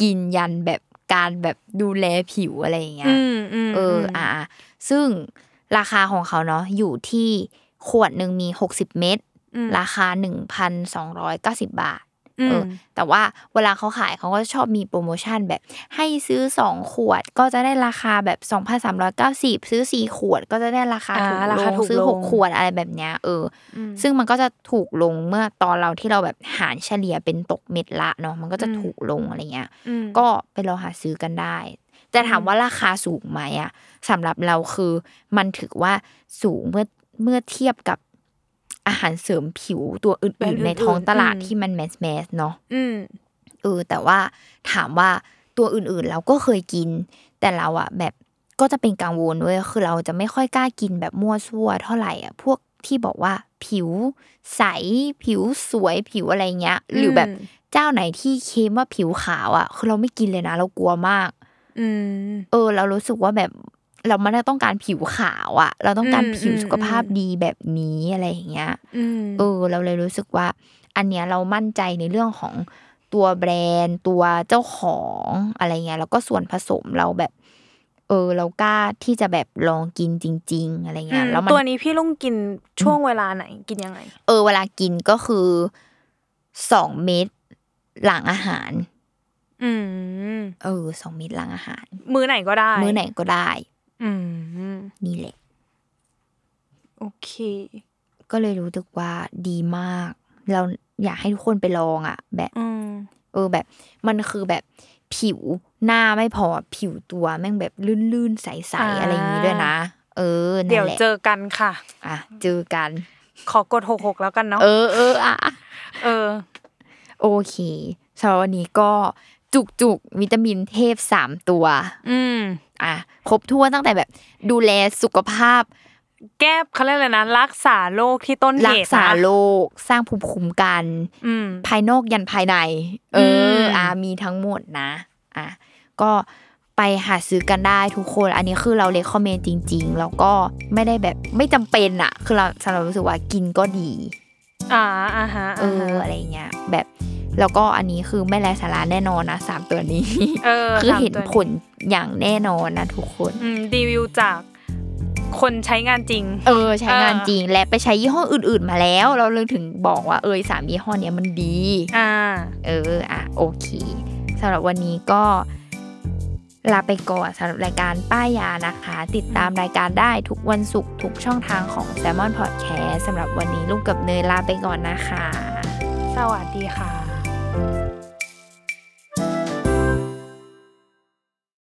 Speaker 2: กินยันแบบการแบบดูแลผิวอะไรอย่างเงี้ย
Speaker 3: อืมอืม
Speaker 2: เออ
Speaker 3: ม
Speaker 2: อ่ะอ่ะซึ่งราคาของเขาเนาะอยู่ที่ขวดหนึ่งมี 60 เม็ด
Speaker 3: อืม
Speaker 2: ราคา 1,290 บาท
Speaker 3: อื
Speaker 2: เอ
Speaker 3: ม
Speaker 2: อแต่ว่าเวลาเขาขายเขาก็ชอบมีโปรโมชั่นแบบให้ซื้อ 2 ขวดก็จะได้ราคาแบบ 2,390 ซื้อ 4 ขวดก็จะได้ราคา
Speaker 3: อ่า
Speaker 2: ถูก
Speaker 3: รา
Speaker 2: ล
Speaker 3: คาง ถูก
Speaker 2: ซื้อ
Speaker 3: ลง
Speaker 2: 6 ขวดอะไรแบบเนี้ยเออ
Speaker 3: อืม
Speaker 2: อซึ่งมันก็จะถูกลงเมื่อตอนเราที่เราแบบหารเฉลี่ยเป็นตกเม็ดละเนาะมันก็จะ
Speaker 3: อืม
Speaker 2: ถูกลงอะไรเงี้ย
Speaker 3: อืม
Speaker 2: ก็ไปลองหาซื้อกันได้ แต่ถาม
Speaker 3: อืม
Speaker 2: ว่าราคาสูงไหมอะสำหรับเราคือมันถือว่าสูงเมื่อเมื่อเทียบกับอาหารเสริมผิวตัวอื่นๆ ในท้องตลาดที่มันแมสแมสเนาะ
Speaker 3: อืม
Speaker 2: เออแต่ว่าถามว่าตัวอื่นๆเราก็เคยกิน แต่เราอะแบบก็จะเป็นกังวลด้วยคือเราจะไม่ค่อยกล้ากินแบบมั่วซั่วเท่าไหร่อะพวกที่บอกว่าผิวใสผิวสวยผิวอะไรเงี้ย หรืออ
Speaker 3: ม
Speaker 2: แบบเจ้าไหนที่เคลมว่าผิวขาวอะคือเราไม่กินเลยนะ เรากลัวมาก
Speaker 3: อืม
Speaker 2: เออเรารู้สึกว่าแบบเราไม่ได้ต้องการผิวขาวอะเราต้องการ
Speaker 3: อืม
Speaker 2: ผิว
Speaker 3: อืม
Speaker 2: สุขภาพดีแบบนี้อะไรอย่างเงี้ย
Speaker 3: อืม
Speaker 2: เออเราเลยรู้สึกว่า อันเนี้ยเรามั่นใจในเรื่องของตัวแบรนด์ ตัวเจ้าของอะไรเงี้ยแล้วก็ส่วนผสมเราแบบ เออ เรากล้าที่จะแบบลองกินจริง ๆ อะไรเงี้ยแล้วมัน
Speaker 3: ตัวนี้พี่ลุงกินช่วงเวลาไหนกินยังไง
Speaker 2: เออเวลากินก็คือสองเม็ดหลังอาหาร
Speaker 3: อืม
Speaker 2: เออสองเม็ดหลังอาหาร
Speaker 3: มือไหนก็ได้
Speaker 2: มื้อไหนก็ได้
Speaker 3: อืม
Speaker 2: นี่แหละ
Speaker 3: โอเค
Speaker 2: ก็เลยรู้สึกว่าดีมาก เราอยากให้ทุกคนไปลองอ่ะ แบบ
Speaker 3: อืม
Speaker 2: เออแบบมันคือแบบผิวหน้าไม่พอผิวตัวแม่งแบบลื่นๆ ใส
Speaker 3: อ่า
Speaker 2: ๆ อะไรอย่างนี้ด้วยนะ เออนั่
Speaker 3: เดี๋ย
Speaker 2: น
Speaker 3: ว
Speaker 2: แหละ
Speaker 3: เจอกันค่ะ
Speaker 2: อ่ะเจอกัน
Speaker 3: ขอกดหกหกแล้วกันเนาะ
Speaker 2: เออเอออ่ะอ่ะ
Speaker 3: เออ
Speaker 2: โอเคสำหรับวันนี้ก็จุกจุกๆวิตามินเทพสามตัว
Speaker 3: อืม
Speaker 2: อ่ะครบทั่วนตั้งแต่แบบดูแลสุขภาพ
Speaker 3: แก้เขาเรียกอะไรนะรักษาโรคที่ต้นเห
Speaker 2: รัก
Speaker 3: ตุนะ
Speaker 2: ษาโรคสร้างภูมิคุ้มกัน
Speaker 3: อืม
Speaker 2: ภายนอกยันภายใน เออ
Speaker 3: ม
Speaker 2: ออ่ามีทั้งหมดนะ อ่ะ ก็ไปหาซื้อกันได้ทุกคน อันนี้คือเราเลคอมเมนจริง ๆ แล้วก็ไม่ได้แบบไม่จำเป็นอะคือเราสำหรับรู้สึกว่ากินก็ดี
Speaker 3: อ่าอ่าฮะ
Speaker 2: เอ
Speaker 3: อ่า
Speaker 2: อ
Speaker 3: ฮะ
Speaker 2: อะไรเงี้ย แบบ แล้วก็อันนี้คือไม่ไร้สาระแน่นอนนะสามตัวนี้
Speaker 3: เออ
Speaker 2: คือเห็น
Speaker 3: สามตัว
Speaker 2: ผลอย่างแน่นอนนะทุกคน
Speaker 3: อืมรีวิวจากคนใช้งานจริง
Speaker 2: เออ ใช้งาน
Speaker 3: เออ
Speaker 2: จริง และไปใช้ยี่ห้ออื่น ๆ มาแล้ว เราเลยถึงบอกว่า เอยสามยี่ห้อเนี้ยมันดี
Speaker 3: อ่า
Speaker 2: เออ อ่ะ โอเคสำหรับวันนี้ก็ลาไปก่อนสำหรับรายการป้ายยานะคะ ติดตามรายการได้ทุกวันศุกร์ทุกช่องทางของ s ซ l m o n Podcast สำหรับวันนี้ลุงกับเนยลาไปก่อนนะคะ
Speaker 3: สวัสดีค่ะ